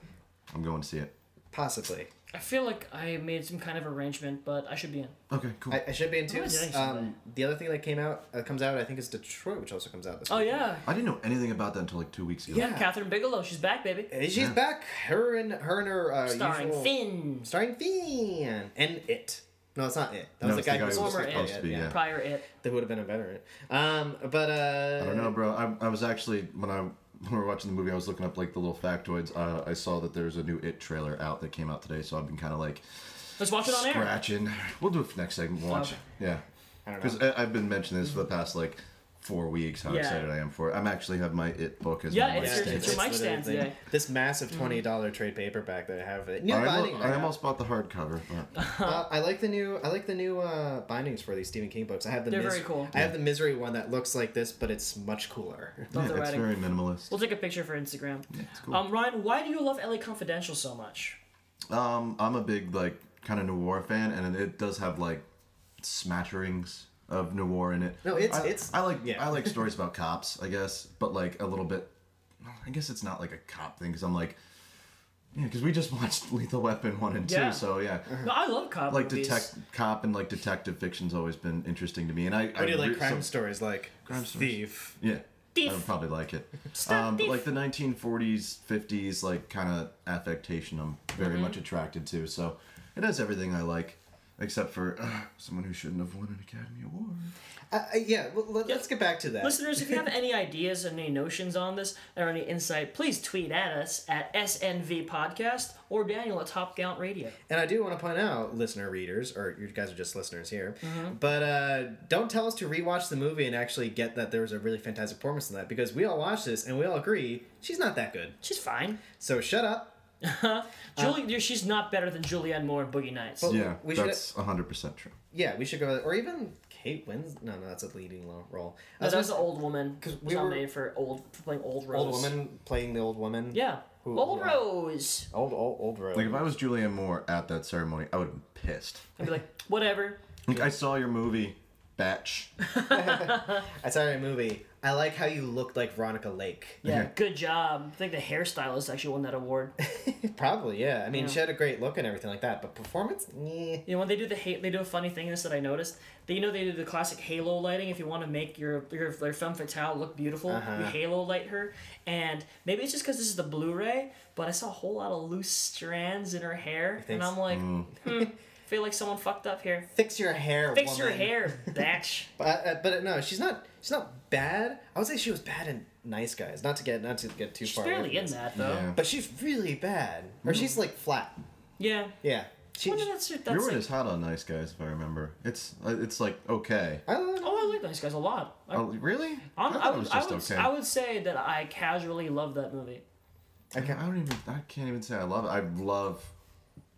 Speaker 1: I'm going to see it.
Speaker 3: Possibly.
Speaker 2: I feel like I made some kind of arrangement, but I should be in.
Speaker 1: Okay, cool.
Speaker 3: I,
Speaker 1: I,
Speaker 3: I should be in
Speaker 2: Oh,
Speaker 3: two.
Speaker 2: nice.
Speaker 3: Um, the other thing that came out uh, comes out, I think, is Detroit, which also comes out this.
Speaker 2: Oh
Speaker 3: weekend.
Speaker 2: yeah,
Speaker 1: didn't know anything about that until like two weeks ago.
Speaker 3: Yeah.
Speaker 2: Catherine Bigelow, she's back, baby.
Speaker 3: And she's back. Her and her and her uh,
Speaker 2: Starring
Speaker 3: usual-
Speaker 2: Finn.
Speaker 3: Starring Finn and it. No, it's not it.
Speaker 1: No,
Speaker 3: That was
Speaker 1: it's
Speaker 3: the guy who was
Speaker 2: Former
Speaker 3: supposed to,
Speaker 2: It.
Speaker 3: play
Speaker 1: Yeah.
Speaker 3: Yeah.
Speaker 2: Prior it.
Speaker 3: That would have been a veteran. Um, but uh,
Speaker 1: I don't know, bro. I, I was actually when I [laughs] when we were watching the movie, I was looking up like the little factoids. Uh, I saw that there's a new It trailer out that came out today, so I've been kind of like
Speaker 2: Let's watch it on air.
Speaker 1: scratching. We'll do it for next segment. We'll watch.
Speaker 2: Okay.
Speaker 1: it. Yeah,
Speaker 3: I don't know.
Speaker 1: because I've been mentioning this for the past like four weeks. How
Speaker 2: Yeah.
Speaker 1: excited I am for it. I'm actually have my It book as
Speaker 2: Yeah,
Speaker 1: my
Speaker 2: it's
Speaker 1: mic
Speaker 2: your-
Speaker 1: stand.
Speaker 2: it's your mic Mm-hmm.
Speaker 3: literally
Speaker 2: stand
Speaker 3: the thing.
Speaker 2: today.
Speaker 3: This massive twenty dollar trade paperback that I have. uh, New
Speaker 1: I,
Speaker 3: binding.
Speaker 1: almost, I
Speaker 3: I got.
Speaker 1: almost bought the hardcover. But
Speaker 3: Uh, I like the new I like the new uh, bindings for these Stephen King books. I have the
Speaker 2: They're very cool.
Speaker 3: I have the misery one that looks like this, but it's much cooler.
Speaker 2: Love
Speaker 1: yeah,
Speaker 2: the
Speaker 1: it's
Speaker 2: writing.
Speaker 1: very minimalist.
Speaker 2: We'll take a picture for Instagram.
Speaker 1: It's cool.
Speaker 2: Um, Ryan, why do you love LA Confidential so much?
Speaker 1: Um, I'm a big like kind of noir fan, and it does have like smatterings of noir in it.
Speaker 3: [laughs] No, it's-
Speaker 1: I,
Speaker 3: it's-
Speaker 1: I like
Speaker 3: yeah.
Speaker 1: I
Speaker 3: [laughs]
Speaker 1: like stories about cops, I guess, but like a little bit. I guess it's not like a cop thing because I'm like, Yeah, because we just [laughs] watched Lethal Weapon one and
Speaker 2: Yeah.
Speaker 1: two, so yeah.
Speaker 3: Uh-huh.
Speaker 2: No, I love cop
Speaker 1: Like
Speaker 2: movies.
Speaker 1: detect cop and like detective fiction's always been interesting to me, and I. I
Speaker 3: What do you like
Speaker 1: re- so-
Speaker 3: crime stories like?
Speaker 1: Crime stories.
Speaker 3: Thief.
Speaker 1: yeah,
Speaker 2: Thief.
Speaker 1: I would probably like
Speaker 3: [laughs]
Speaker 1: it.
Speaker 2: Stop
Speaker 1: Um, but
Speaker 2: thief.
Speaker 1: like the 1940s, 50s, like kind of affectation, I'm very
Speaker 2: Mm-hmm.
Speaker 1: much attracted to. So it has everything I like, except for uh, someone who shouldn't have won an Academy Award.
Speaker 3: Uh, uh, yeah, well, let,
Speaker 2: Yeah.
Speaker 3: let's get back to
Speaker 2: [laughs]
Speaker 3: that.
Speaker 2: Listeners, if you have any ideas and any notions on this or any insight, please tweet at us at SNV Podcast or Daniel at Top Gallant Radio.
Speaker 3: And I do want to point out, listener readers, or you guys are just listeners here, but uh, don't tell us to rewatch the movie and actually get that there was a really fantastic performance in that because we all watched this and we all agree she's not that good.
Speaker 2: She's fine.
Speaker 3: So shut up. Uh,
Speaker 2: Julie, she's not better than Julianne Moore in Boogie Nights.
Speaker 3: Well-
Speaker 1: Yeah,
Speaker 3: we should-
Speaker 1: that's 100% true.
Speaker 3: Yeah, we should go, or even Kate Winslet. No, no, that's a leading lo- role. I
Speaker 2: No,
Speaker 3: was
Speaker 2: that was the
Speaker 3: gonna
Speaker 2: old woman. Because
Speaker 3: we
Speaker 2: we
Speaker 3: were-
Speaker 2: nominated for old for playing old
Speaker 3: say-
Speaker 2: Rose.
Speaker 3: old woman playing the old woman.
Speaker 2: Yeah,
Speaker 3: Who-
Speaker 2: old
Speaker 3: yeah.
Speaker 2: Rose.
Speaker 3: Old old old role.
Speaker 1: Like if I was Julianne Moore at that ceremony, I would have been pissed.
Speaker 2: I'd be like, whatever.
Speaker 1: Like I saw your movie, Batch.
Speaker 3: I saw a movie. I like how you looked like Veronica Lake.
Speaker 2: Yeah,
Speaker 1: Okay.
Speaker 2: good job. I think the hairstylist actually won that award. [laughs]
Speaker 3: Probably, yeah. I mean, she had a great look and everything like that, but performance, meh.
Speaker 2: You know when they do the ha- they do a funny thing this that I noticed. They you know they do the classic halo lighting. If you want to make your your, your femme fatale look beautiful,
Speaker 3: Uh-huh.
Speaker 2: you halo light her. And maybe it's just because this is the Blu-ray, but I saw a whole lot of loose strands in her hair,
Speaker 3: think
Speaker 2: and
Speaker 3: so? Mm.
Speaker 2: I'm like, hmm, [laughs] feel like someone fucked up here.
Speaker 3: Fix your hair.
Speaker 2: Fix your
Speaker 3: woman. [laughs]
Speaker 2: hair, bitch.
Speaker 3: But, uh, but no, she's not. She's not bad. I would say she was bad in Nice Guys. Not to get not to get too
Speaker 2: She's
Speaker 3: far. away
Speaker 2: barely
Speaker 3: from
Speaker 2: in
Speaker 3: this.
Speaker 2: that though.
Speaker 1: Yeah.
Speaker 3: But she's really bad, or she's like flat.
Speaker 2: Yeah.
Speaker 3: Yeah. She,
Speaker 2: Well, no, that's, that's
Speaker 1: Your word
Speaker 2: like-
Speaker 1: is hot on Nice Guys, if I remember. It's uh, it's like okay.
Speaker 3: I don't know.
Speaker 2: oh, I like those guys a lot. I,
Speaker 1: Oh, really?
Speaker 2: I'm-
Speaker 1: thought
Speaker 2: Um, I, would, I, would, I would say that I casually love that movie.
Speaker 1: I can't, I don't even. I can't even say I love it. I love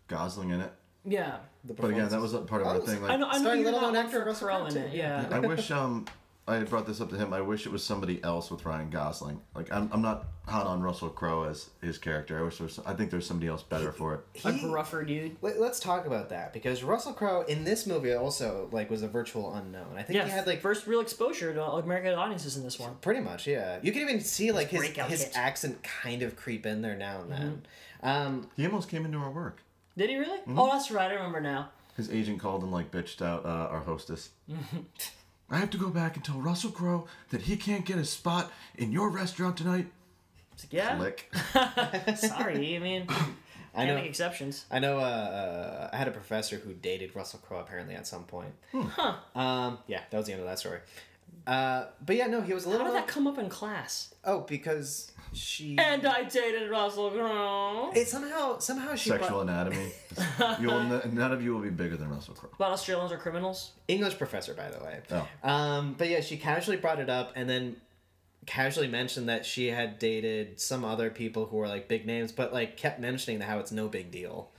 Speaker 1: Gosling in it,
Speaker 2: Yeah.
Speaker 3: The
Speaker 1: but again, that
Speaker 3: performances.
Speaker 1: was a part of our
Speaker 3: Oh,
Speaker 1: thing.
Speaker 2: I
Speaker 1: Like,
Speaker 2: know. I know
Speaker 3: Starring
Speaker 2: you're
Speaker 3: little
Speaker 2: not
Speaker 3: known
Speaker 2: one
Speaker 3: actor
Speaker 2: for
Speaker 3: Russell
Speaker 2: Crowe in
Speaker 3: Crowe,
Speaker 2: it.
Speaker 3: too.
Speaker 2: Yeah.
Speaker 1: I wish um, I had brought this up to him. I wish it was somebody else with Ryan Gosling. Like, I'm, I'm not hot on Russell Crowe as his character. I wish there was. I think there's somebody else better for it.
Speaker 2: a
Speaker 3: He-
Speaker 2: gruffer dude.
Speaker 3: Let- Let's talk about that because Russell Crowe in this movie also like was a virtual unknown. I think
Speaker 2: Yeah,
Speaker 3: he had like
Speaker 2: first real exposure to American audiences in this one.
Speaker 3: pretty much yeah. You can even see like his
Speaker 2: breakout
Speaker 3: his
Speaker 2: hit.
Speaker 3: accent kind of creep in there now and then.
Speaker 2: Mm-hmm.
Speaker 3: Um,
Speaker 1: He almost came into our work.
Speaker 2: Did he really?
Speaker 3: Mm-hmm.
Speaker 2: Oh, that's right. I remember now.
Speaker 1: His agent called and like bitched out uh, our
Speaker 3: [laughs]
Speaker 1: hostess. I have to go back and tell Russell Crowe that he can't get a spot in your restaurant tonight.
Speaker 2: It's like, yeah.
Speaker 3: [laughs]
Speaker 1: Lick.
Speaker 2: [laughs] Sorry. I mean,
Speaker 3: [coughs] I
Speaker 2: can't
Speaker 3: know
Speaker 2: make exceptions.
Speaker 3: I know. Uh, uh, I had a professor who dated Russell Crowe apparently at some point.
Speaker 1: Hmm.
Speaker 3: Huh. Um, yeah, that was the end of that story. Uh, but yeah, no, he was a
Speaker 2: How
Speaker 3: little.
Speaker 2: did Eh. that come up in class?
Speaker 3: Oh, because she.
Speaker 2: And I dated Russell Crowe.
Speaker 3: it somehow somehow she
Speaker 1: Sexual
Speaker 3: brought- [laughs]
Speaker 1: anatomy. You'll, n- none of you will be bigger than Russell Crowe.
Speaker 2: About Australians are criminals.
Speaker 3: English professor, by the way.
Speaker 1: Oh.
Speaker 3: Um, but yeah, she casually brought it up and then casually mentioned that she had dated some other people who were like big names, but like kept mentioning how it's no big deal.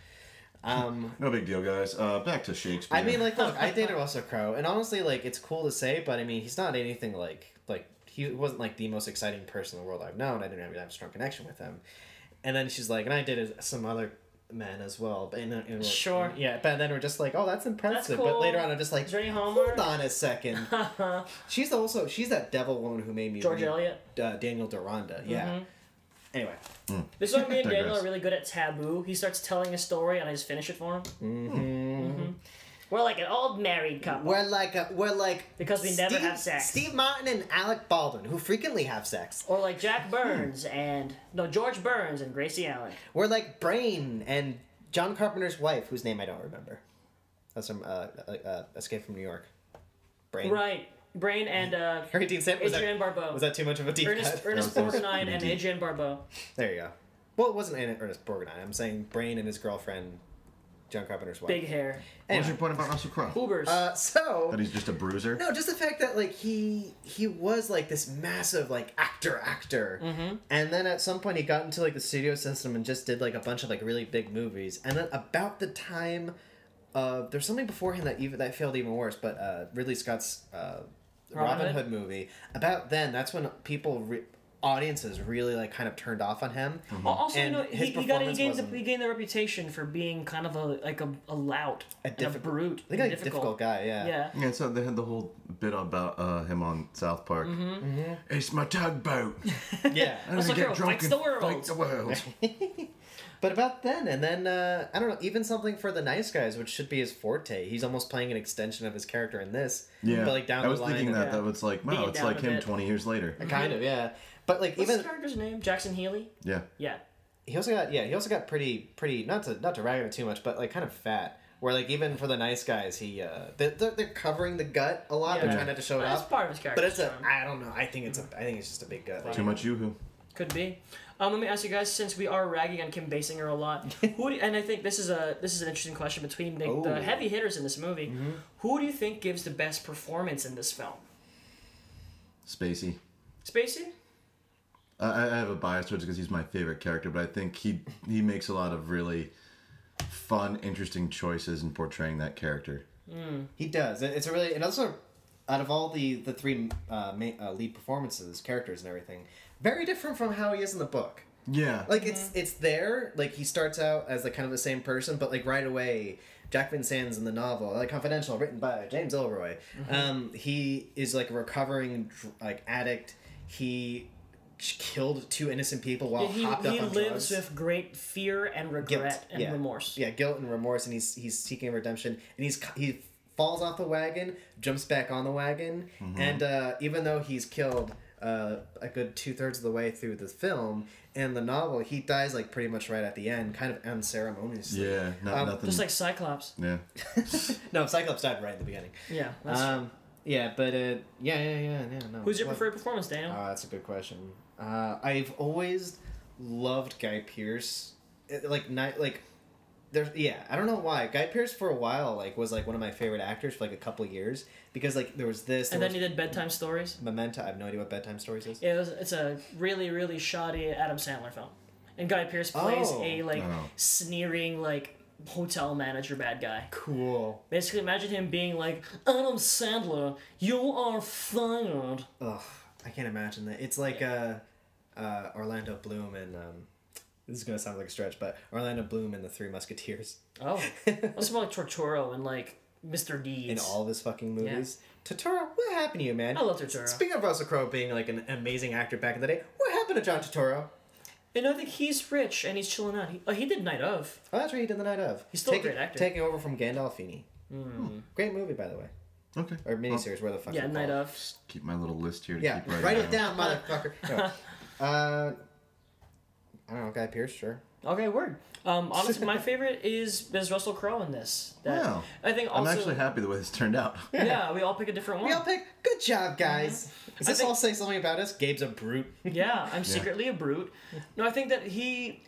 Speaker 1: No big deal, guys. Uh, back to Shakespeare.
Speaker 3: I mean, like, look,
Speaker 2: [laughs]
Speaker 3: I dated Russell Crowe, and honestly, like, it's cool to say, but I mean, he's not anything like like he wasn't like the most exciting person in the world I've known. I didn't have, have a strong connection with him. And then she's like, and I dated some other men as well, but and, then- and we're-
Speaker 2: Sure.
Speaker 3: yeah. But then we're just like, oh, that's impressive. But
Speaker 2: cool.
Speaker 3: later on, I'm just like,
Speaker 2: Is there any
Speaker 3: hold
Speaker 2: homework?
Speaker 3: on
Speaker 2: [laughs]
Speaker 3: a second. she's also she's that devil woman who made me
Speaker 2: George
Speaker 3: read,
Speaker 2: Eliot. Mm-hmm.
Speaker 3: uh, Daniel Deronda. Yeah. Anyway,
Speaker 2: This is why
Speaker 3: [laughs]
Speaker 2: me and Daniel
Speaker 1: Digress.
Speaker 2: are really good at taboo. He starts telling a story and I just finish it for him. Mm-hmm. We're like an old married couple.
Speaker 3: we're like a, we're like
Speaker 2: Because we never have sex.
Speaker 3: Steve Martin and Alec Baldwin, who frequently have sex.
Speaker 2: Or like
Speaker 3: [laughs]
Speaker 2: Jack Burns and no George Burns and Gracie Allen.
Speaker 3: We're like Brain and John Carpenter's wife, whose name I don't remember. That's from uh, uh, uh, Escape from New York. Brain.
Speaker 2: Right. Brain and uh,
Speaker 3: Harry Dean Stanton. Was
Speaker 2: Adrian
Speaker 3: that,
Speaker 2: Barbeau.
Speaker 3: Was that too much of a deep
Speaker 2: Ernest
Speaker 3: cut?
Speaker 2: Ernest
Speaker 1: That was- that was
Speaker 2: Borgnine and
Speaker 1: pretty deep.
Speaker 2: Adrian Barbeau.
Speaker 3: There you go. Well, it wasn't Anna- Ernest Borgnine. I'm saying Brain and his girlfriend, John Carpenter's wife.
Speaker 2: Big hair.
Speaker 1: what was
Speaker 3: Anyway,
Speaker 1: your point about Russell Crowe?
Speaker 2: Ubers.
Speaker 3: uh, so
Speaker 1: That he's just a bruiser.
Speaker 3: no, just the fact that like he he was like this massive like actor actor,
Speaker 2: Mm-hmm.
Speaker 3: and then at some point he got into like the studio system and just did like a bunch of like really big movies, and then about the time, uh, there's something before him that even that failed even worse, but uh, Ridley Scott's uh, Robin,
Speaker 2: Robin
Speaker 3: Hood.
Speaker 2: Hood?
Speaker 3: movie. About then, that's when people. Re- audiences really like kind of turned off on him
Speaker 2: Al- also, you
Speaker 3: and
Speaker 2: know,
Speaker 3: his
Speaker 2: he, he got he
Speaker 3: performance
Speaker 2: gained, the,
Speaker 3: wasn't-
Speaker 2: he gained the reputation for being kind of a like a, a lout,
Speaker 3: A
Speaker 2: and
Speaker 3: difficult-
Speaker 2: a brute,
Speaker 3: like a
Speaker 2: and
Speaker 3: difficult, guy
Speaker 2: [laughs]
Speaker 3: yeah
Speaker 2: Yeah.
Speaker 1: Yeah, so they had the whole bit about uh, him on South Park.
Speaker 3: Mm-hmm.
Speaker 1: It's my tugboat.
Speaker 3: yeah
Speaker 1: I'm
Speaker 3: [laughs]
Speaker 2: Russell
Speaker 1: gonna get
Speaker 2: Crowe
Speaker 1: drunk
Speaker 2: fights
Speaker 1: and
Speaker 2: the world.
Speaker 1: fight the world.
Speaker 3: But about then, and then uh, I don't know, even something for the nice guys, which should be his forte. He's almost playing an extension of his character in this.
Speaker 1: Yeah,
Speaker 3: [laughs] but like down
Speaker 1: I was
Speaker 3: the line, uh,
Speaker 1: thinking that
Speaker 2: yeah.
Speaker 1: that was like
Speaker 2: Beat
Speaker 1: wow,
Speaker 2: it
Speaker 1: it's
Speaker 2: down
Speaker 1: like
Speaker 2: a
Speaker 1: him
Speaker 2: bit.
Speaker 1: twenty years later.
Speaker 3: kind of yeah. But like
Speaker 2: What's
Speaker 3: even
Speaker 2: his character's name? Jackson Healy.
Speaker 1: Yeah,
Speaker 2: Yeah.
Speaker 3: he also got yeah he also got pretty pretty not to not to rag on him too much, but like kind of fat. Where like even for the nice guys, he uh, they're, they're, they're covering the gut a lot. They're
Speaker 2: Yeah.
Speaker 3: trying not to show it
Speaker 2: That's
Speaker 3: up.
Speaker 2: part of his character.
Speaker 3: But it's a I don't know. I think it's a I think it's just a big gut.
Speaker 1: too much yoo-hoo.
Speaker 2: Could be. Um, let me ask you guys, since we are ragging on Kim Basinger a
Speaker 3: [laughs]
Speaker 2: lot, who do, and I think this is a this is an interesting question between the,
Speaker 3: Oh. Mm-hmm.
Speaker 2: the heavy hitters in this movie. Who do you think gives the best performance in this film?
Speaker 1: Spacey.
Speaker 2: Spacey?
Speaker 1: I, I I have a bias towards because he's my favorite character, but I think he he makes a lot of really fun, interesting choices in portraying that character.
Speaker 3: He does. It- It's a really and also out of all the the three uh, ma uh, lead performances, characters, and everything, very different from how he is in the book.
Speaker 1: Yeah,
Speaker 3: Like it's it's there. Like he starts out as like kind of the same person, but like right away, Jack Vincennes in the novel, like Confidential, written by James Elroy,
Speaker 2: Mm-hmm.
Speaker 3: um, he is like a recovering dr- like addict. He ch- killed two innocent people while
Speaker 2: he
Speaker 3: hopped
Speaker 2: he
Speaker 3: up on
Speaker 2: lives
Speaker 3: drugs.
Speaker 2: with great fear and regret and
Speaker 3: yeah.
Speaker 2: remorse.
Speaker 3: Yeah, guilt and remorse, and he's he's seeking redemption, and he's he falls off the wagon, jumps back on the wagon, and uh, even though he's killed uh, a good two thirds of the way through the film and the novel, he dies like pretty much right at the end, kind of unceremoniously.
Speaker 1: yeah, not,
Speaker 3: Um,
Speaker 1: nothing.
Speaker 2: Just like Cyclops.
Speaker 1: yeah,
Speaker 3: No, Cyclops died right at the beginning.
Speaker 2: Yeah. That's
Speaker 3: Um, yeah, but uh, yeah, yeah, yeah, yeah. No.
Speaker 2: Who's your
Speaker 3: What-
Speaker 2: preferred performance, Daniel?
Speaker 3: Ah, that's a good question. Uh, I've always loved Guy Pierce. Like night, like there's yeah. I don't know why Guy Pierce for a while like was like one of my favorite actors for like a couple years because like there was this
Speaker 2: and
Speaker 3: there
Speaker 2: then
Speaker 3: was
Speaker 2: he did Bedtime Stories.
Speaker 3: Memento. I have no idea what bedtime stories is.
Speaker 2: It was, it's a really, really shoddy Adam Sandler film. And Guy Pearce plays
Speaker 3: Oh.
Speaker 2: a like
Speaker 1: Oh.
Speaker 2: sneering like hotel manager bad guy.
Speaker 3: Cool.
Speaker 2: Basically, imagine him being like, Adam Sandler, you are fired.
Speaker 3: Ugh, I can't imagine that. It's like uh, uh, Orlando Bloom and um, this is gonna sound like a stretch, but Orlando Bloom and the Three Musketeers.
Speaker 2: Oh. That's more like Tortoro and like Mr. Deeds.
Speaker 3: in all of his fucking movies. Totoro, what happened to you, man?
Speaker 2: I love Totoro.
Speaker 3: Speaking of Russell Crowe being like an amazing actor back in the day, what happened to John Totoro?
Speaker 2: and I think he's rich and he's chilling out. He, oh, he did Night of.
Speaker 3: Oh, that's right, he did the night of.
Speaker 2: He's still a
Speaker 3: taking,
Speaker 2: great actor. Hmm.
Speaker 3: Taking over from Gandolfini. Hmm. Great movie, by the way,
Speaker 1: okay.
Speaker 3: or miniseries, where the fuck.
Speaker 2: Yeah,
Speaker 3: it's
Speaker 2: Night
Speaker 3: called.
Speaker 2: of.
Speaker 1: Keep my little list here. To
Speaker 3: Yeah,
Speaker 1: keep writing
Speaker 3: write it
Speaker 2: [laughs]
Speaker 3: down, motherfucker. Anyway, uh, I don't know, Guy Pierce, sure.
Speaker 2: Okay, word. Um, honestly, my favorite is is Russell Crowe in this. That,
Speaker 1: Wow.
Speaker 2: I think
Speaker 1: I'm
Speaker 2: also.
Speaker 1: actually happy the way this turned
Speaker 3: [laughs]
Speaker 1: out.
Speaker 2: yeah, we all pick a different one.
Speaker 3: Real pick. Good job, guys. Does
Speaker 2: I
Speaker 3: this
Speaker 2: think-
Speaker 3: all say something about us? Gabe's a brute.
Speaker 2: Yeah, I'm secretly a brute. No, I think that he,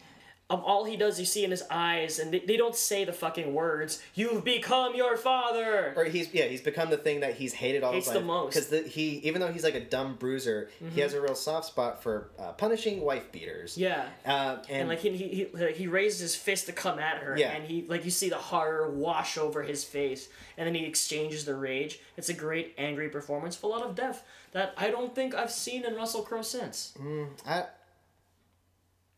Speaker 2: um, all he does, you see in his eyes, and they, they don't say the fucking words. You've become your father.
Speaker 3: [laughs] or he's yeah he's become the thing that he's hated all
Speaker 2: Hates
Speaker 3: his
Speaker 2: the
Speaker 3: life
Speaker 2: most. Mm-hmm.
Speaker 3: because he even though he's like a dumb bruiser he has a real soft spot for uh, punishing wife beaters
Speaker 2: Yeah.
Speaker 3: uh, and,
Speaker 2: And like he, he, he, like, he raises his fist to come at her,
Speaker 3: Yeah.
Speaker 2: and he like you see the horror wash over his face, and then he exchanges the rage. It's a great angry performance, with a lot of depth that I don't think I've seen in Russell Crowe since.
Speaker 3: I,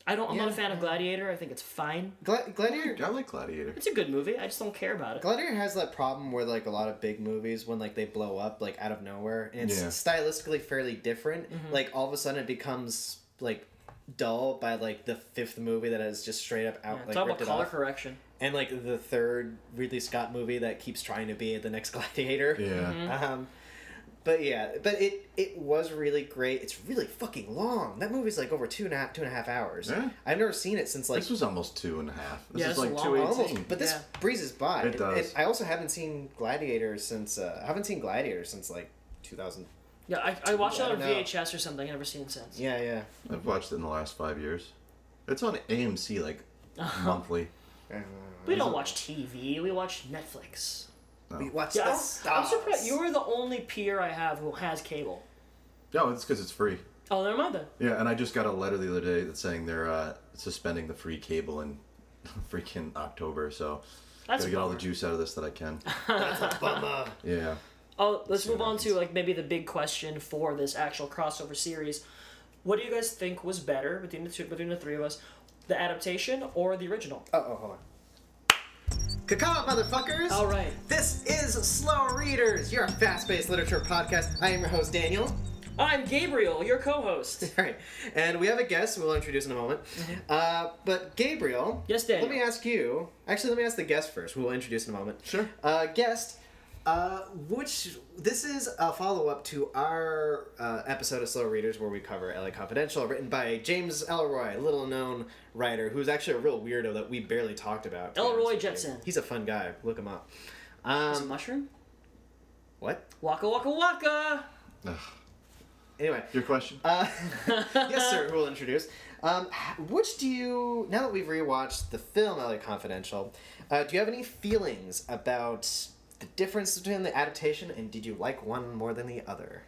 Speaker 2: I don't. I'm not a
Speaker 3: Yeah.
Speaker 2: fan of Gladiator. I think it's fine.
Speaker 3: Gla- gladiator
Speaker 1: I like Gladiator.
Speaker 2: It's a good movie. I just don't care about it.
Speaker 3: gladiator has that problem where like a lot of big movies when like they blow up like out of nowhere and it's
Speaker 1: Yeah.
Speaker 3: stylistically fairly different
Speaker 2: Mm-hmm.
Speaker 3: like all of a sudden it becomes like dull by like the fifth movie that is just straight up out like
Speaker 2: Talk about
Speaker 3: ripped it
Speaker 2: color
Speaker 3: off.
Speaker 2: correction.
Speaker 3: and like the third Ridley Scott movie that keeps trying to be the next [laughs] Gladiator.
Speaker 1: Yeah.
Speaker 2: Mm-hmm.
Speaker 3: Um, but yeah, but it it was really great. It's really fucking long. That movie's like over two and a half two and a half hours.
Speaker 1: Yeah.
Speaker 3: I've never seen it since like
Speaker 1: This was almost two and a half. This
Speaker 2: Yeah,
Speaker 1: is
Speaker 2: this is
Speaker 1: like
Speaker 2: long.
Speaker 1: two eighteen.
Speaker 3: almost. But this
Speaker 2: Oh. Yeah.
Speaker 3: breezes by.
Speaker 1: It does.
Speaker 3: And I also haven't seen Gladiator since uh, I haven't seen Gladiator since like 2000.
Speaker 2: Yeah, I, I watched
Speaker 3: I
Speaker 2: it on
Speaker 3: don't know.
Speaker 2: VHS or something. I've never seen it since.
Speaker 3: Yeah, yeah.
Speaker 1: I've watched it in the last five years. It's on AMC
Speaker 2: [laughs]
Speaker 1: like
Speaker 2: Uh-huh.
Speaker 1: monthly.
Speaker 3: Uh,
Speaker 2: We don't watch TV. We watch Netflix.
Speaker 3: we watched
Speaker 2: Yeah,
Speaker 3: the
Speaker 2: I'm, I'm
Speaker 3: stars.
Speaker 2: surprised you are the only peer I have who has cable.
Speaker 1: No, it's because it's free.
Speaker 2: Oh, never mind then.
Speaker 1: Yeah, and I just got a letter the other day that's saying they're uh, suspending the free cable in [laughs] freaking October. So
Speaker 2: That's
Speaker 1: gotta get all the
Speaker 2: bummer.
Speaker 1: juice out of this that I
Speaker 2: [laughs]
Speaker 1: can.
Speaker 3: That's a [laughs] bummer.
Speaker 1: Yeah.
Speaker 2: Oh, let's move on to like maybe the big question for this actual crossover series. What do you guys think was better between the two, between the three of us, the adaptation or the original?
Speaker 3: Uh oh, hold on. Kakao, motherfuckers!
Speaker 2: All right.
Speaker 3: This is Slow Readers, your fast paced literature podcast. I am your host, Daniel.
Speaker 2: I'm Gabriel, your co-host.
Speaker 3: [laughs] All right, and we have a guest we'll introduce in a moment. Uh, but Gabriel,
Speaker 2: Mm-hmm. Yes, Daniel.
Speaker 3: Let me ask you. Actually, let me ask the guest first. We'll introduce in a moment.
Speaker 1: Sure.
Speaker 3: Uh, guest, uh, which this is a follow up to our uh, episode of Slow Readers where we cover LA Confidential, written by James Elroy, a little known writer who's actually a real weirdo that we barely talked about. to be honest
Speaker 2: Elroy
Speaker 3: with you.
Speaker 2: Jepsen.
Speaker 3: He's a fun guy. Look him up.
Speaker 2: Is it
Speaker 3: Um,
Speaker 2: mushroom?
Speaker 3: what?
Speaker 2: Waka waka waka.
Speaker 1: Ugh.
Speaker 3: Anyway.
Speaker 1: Your question?
Speaker 3: Uh, yes, sir. We'll introduce. Um, h- which do you now that we've rewatched the film *LA Confidential*? Uh, do you have any feelings about the difference between the adaptation, and did you like one more than the other?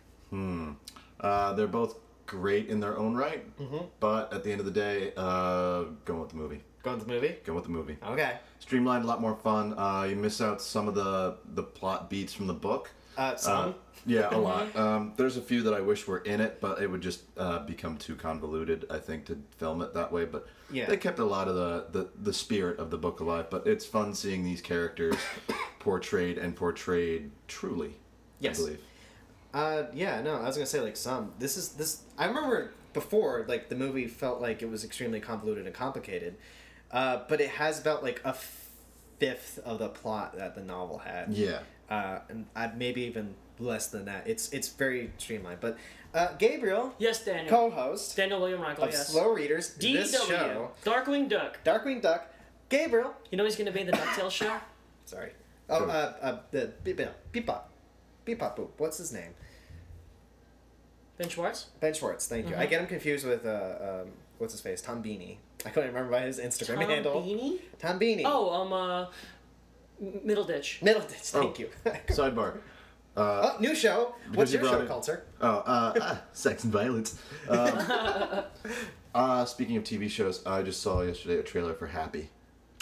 Speaker 1: Uh, they're both great in their own right,
Speaker 2: Mm-hmm.
Speaker 1: but at the end of the day, uh, going with the movie.
Speaker 3: Go with the movie.
Speaker 1: Going with the movie.
Speaker 3: Okay.
Speaker 1: Streamlined, a lot more fun. Uh, you miss out some of the the plot beats from the book.
Speaker 3: Uh, some.
Speaker 1: Uh, yeah, a lot. Um, there's a few that I wish were in it, but it would just uh, become too convoluted, I think, to film it that way. But
Speaker 3: Yeah.
Speaker 1: they kept a lot of the, the, the spirit of the book alive. But it's fun seeing these characters [coughs] portrayed and portrayed truly.
Speaker 3: Yes.
Speaker 1: I believe.
Speaker 3: Uh, yeah, no, I was gonna say like some. This is this. I remember before like the movie felt like it was extremely convoluted and complicated, uh, but it has about like a fifth of the plot that the novel had.
Speaker 1: Yeah.
Speaker 3: uh, and uh, maybe even less than that. It's it's very streamlined. But uh, Gabriel,
Speaker 2: Yes, Daniel.
Speaker 3: co-host
Speaker 2: Daniel William Reichel.
Speaker 3: of
Speaker 2: yes.
Speaker 3: Slow Readers,
Speaker 2: DW.
Speaker 3: this show,
Speaker 2: Darkwing Duck.
Speaker 3: Darkwing Duck, Gabriel.
Speaker 2: You know he's gonna be in the Ducktales show.
Speaker 3: Sorry. Oh,
Speaker 1: Who?
Speaker 3: uh, uh, the beep beep beep pop, beep pop boop. What's his name?
Speaker 2: Ben Schwartz.
Speaker 3: Ben Schwartz. Thank you.
Speaker 2: Mm-hmm.
Speaker 3: I get him confused with uh, um, what's his face? Tom Beanie. [laughs] I couldn't remember by his Instagram
Speaker 2: Tom
Speaker 3: handle.
Speaker 2: Beanie?
Speaker 3: Tom Beanie.
Speaker 2: Oh, um, uh, M- Middle Ditch.
Speaker 3: Middleditch. Thank
Speaker 1: Oh.
Speaker 3: you. [laughs]
Speaker 1: Sidebar. Uh,
Speaker 3: oh, new show. What's
Speaker 1: Because you
Speaker 3: your show
Speaker 1: brought it-
Speaker 3: called, sir?
Speaker 1: Oh, uh, ah, sex and violence. Um, uh, speaking of TV shows, I just saw yesterday a trailer for Happy.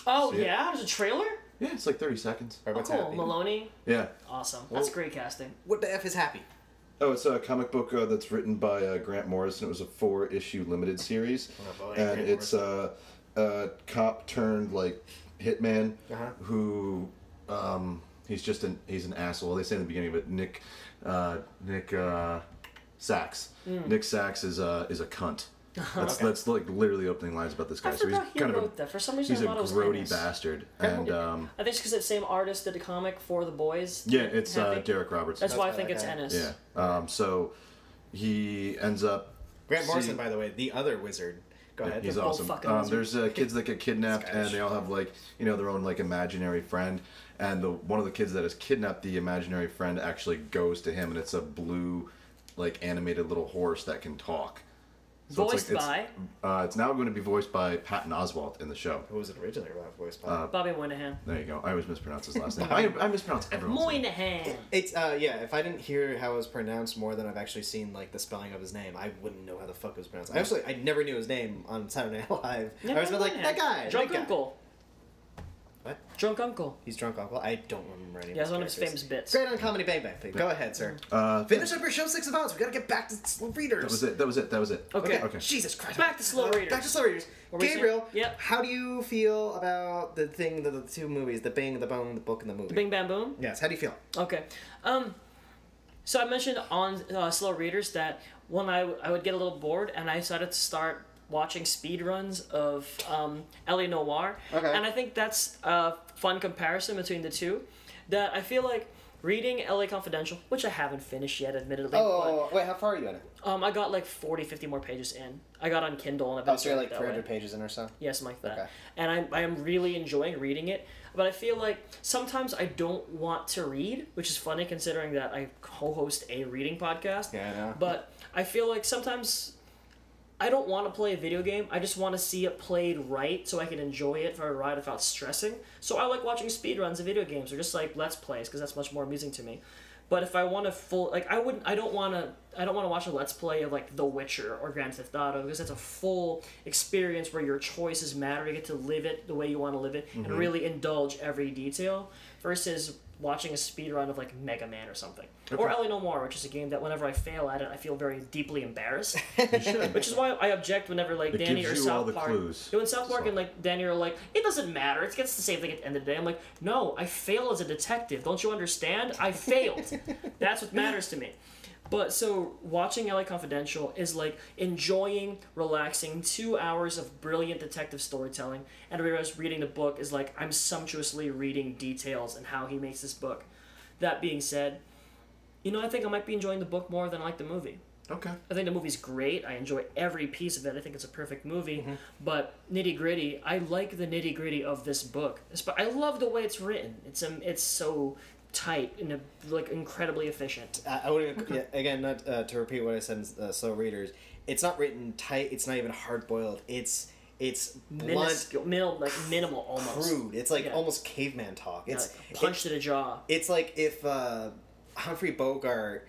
Speaker 2: Oh
Speaker 1: See it?
Speaker 2: yeah, there's a trailer.
Speaker 1: Yeah, it's like 30 seconds.
Speaker 3: Or
Speaker 2: Oh,
Speaker 3: what's
Speaker 2: cool.
Speaker 3: happening?
Speaker 2: Maloney.
Speaker 1: Yeah.
Speaker 2: Awesome.
Speaker 3: Well-
Speaker 2: That's great casting.
Speaker 3: What the f is happy?
Speaker 1: Oh, it's a comic book uh, that's written by uh, Grant Morrison. It was a four-issue limited series,
Speaker 3: Oh, boy,
Speaker 1: and
Speaker 3: Grant
Speaker 1: it's a, a cop turned like hitman
Speaker 3: Uh-huh.
Speaker 1: who um, he's just an he's an asshole. They say in the beginning, but Nick uh, Nick uh, Sachs
Speaker 3: Hmm.
Speaker 1: Nick Sachs is a is a
Speaker 3: [laughs]
Speaker 1: cunt. That's that's like literally opening lines about this guy.
Speaker 2: I forgot he
Speaker 1: kind
Speaker 2: wrote
Speaker 1: of a,
Speaker 2: that. For some reason,
Speaker 1: he's
Speaker 2: I
Speaker 1: a
Speaker 2: thought it was
Speaker 1: grody
Speaker 2: Amos.
Speaker 1: bastard, and um,
Speaker 2: I think it's because that same artist did a comic for the boys.
Speaker 1: yeah, it's uh,
Speaker 2: Happy.
Speaker 1: Derek Roberts.
Speaker 2: That's, why I
Speaker 3: why
Speaker 2: think
Speaker 3: that
Speaker 2: it's
Speaker 3: guy-
Speaker 2: Ennis.
Speaker 1: yeah. Um, so he ends up
Speaker 3: Grant Morrison,
Speaker 1: See-
Speaker 3: by the way, the other wizard. Go
Speaker 1: Yeah,
Speaker 3: ahead.
Speaker 1: He's
Speaker 2: The whole
Speaker 1: awesome.
Speaker 2: fucking
Speaker 1: Um,
Speaker 2: wizard.
Speaker 1: there's uh, kids that get kidnapped,
Speaker 3: Scottish.
Speaker 1: and they all have like you know their own like imaginary friend. And the one of the kids that is kidnapped, the imaginary friend actually goes to him, and it's a blue, like animated little horse that can talk. So
Speaker 2: Voiced
Speaker 1: it's
Speaker 2: by
Speaker 1: like, it's, by. Uh, it's now going to be voiced by Patton Oswalt in the show.
Speaker 3: Who was it originally about voice by?
Speaker 2: Bobby Moynihan.
Speaker 1: There you go. I always mispronounce his [laughs] last name. I, I mispronounce everyone's name.
Speaker 2: Moynihan.
Speaker 3: it's uh yeah. If I didn't hear how it was pronounced more than I've actually seen like the spelling of his name, I wouldn't know how the fuck it was pronounced. I actually I never knew his name on Saturday Night Live. I was like that guy.
Speaker 2: Drunk
Speaker 3: that guy."
Speaker 2: Uncle.
Speaker 3: What?
Speaker 2: Drunk Uncle.
Speaker 3: He's drunk uncle. I don't remember any.
Speaker 2: Yeah, that's one of his famous
Speaker 3: characters.
Speaker 2: Mm-hmm. bits.
Speaker 3: Great on comedy Bang Bang. Please. Go ahead, sir.
Speaker 1: Uh,
Speaker 3: Finish up your show six of us. We gotta get back to slow readers.
Speaker 1: that was it. That was it. That was it. [laughs]
Speaker 2: Okay.
Speaker 1: Okay.
Speaker 3: Jesus Christ.
Speaker 2: Back to Slow
Speaker 3: Uh,
Speaker 2: Readers.
Speaker 3: Back to slow readers.
Speaker 2: What were we
Speaker 3: Gabriel.
Speaker 2: saying? Yep.
Speaker 3: How do you feel about the thing, the, the two movies, the Bang, the Bone, the book, and the movie?
Speaker 2: Bing Bam Boom.
Speaker 3: Yes. How do you feel?
Speaker 2: Okay. Um, so I mentioned on uh, Slow Readers that when I, I would get a little bored and I decided to start watching speed runs of um, Ellie Noir.
Speaker 3: Okay.
Speaker 2: And I think that's a fun comparison between the two. That I feel like reading LA Confidential, which I haven't finished yet, admittedly.
Speaker 3: Oh, wait, how far are you in it?
Speaker 2: But, um, I got like 40, 50 more pages in. I got on Kindle and I've been
Speaker 3: Oh, so you're
Speaker 2: doing it that
Speaker 3: like 300
Speaker 2: way.
Speaker 3: pages in or so?
Speaker 2: Yes, something like that.
Speaker 3: Okay.
Speaker 2: And I'm, I am really enjoying reading it, but I feel like sometimes I don't want to read, which is funny considering that I co host a reading podcast.
Speaker 3: Yeah, I know.
Speaker 2: But I feel like sometimes I don't want to play a video game. I just want to see it played right so I can enjoy it for a ride without stressing. So I like watching speedruns of video games or just like let's plays because that's much more amusing to me. But if I want to full like I wouldn't I don't want to I don't want to watch a let's play of like The Witcher or Grand Theft Auto because that's a full experience where your choices matter. You get to live it the way you want to live it and really indulge every detail versus watching a speedrun of like Mega Man or something. Or Ellie No More, which is a game that whenever I fail at it, I feel very deeply embarrassed.
Speaker 1: You should.
Speaker 2: Which is why I object whenever like
Speaker 1: It
Speaker 2: Danny
Speaker 1: gives
Speaker 2: or
Speaker 1: you
Speaker 2: South
Speaker 1: all the
Speaker 2: Park.
Speaker 1: clues.
Speaker 2: You know, when South Park
Speaker 1: So-
Speaker 2: and like Danny are like, it doesn't matter. It gets the same thing at the end of the day. I'm like,
Speaker 1: [laughs]
Speaker 2: no, I fail as a detective. Don't you understand? I failed. That's what matters to me. But so watching LA Confidential is like enjoying, relaxing two hours of brilliant detective storytelling. And I realized reading the book is like I'm sumptuously reading details and how he makes this book. That being said, you know I think I might be enjoying the book more than I like the movie.
Speaker 1: Okay.
Speaker 2: I think the movie's great. I enjoy every piece of it. I think it's a perfect movie.
Speaker 3: Mm-hmm.
Speaker 2: But nitty gritty, I like the nitty gritty of this book. Espe- I love the way it's written. It's um, it's so tight and uh, like incredibly efficient.
Speaker 3: I, I would yeah, again not uh, to repeat what I said. in, Uh, slow readers. It's not written tight. It's not even hard boiled. It's it's blunt,
Speaker 2: Minuscule, minimal, like minimal almost.
Speaker 3: crude. It's like
Speaker 2: Yeah.
Speaker 3: almost caveman talk.
Speaker 2: Yeah,
Speaker 3: It's
Speaker 2: like punch to the jaw.
Speaker 3: it's like if uh, Humphrey Bogart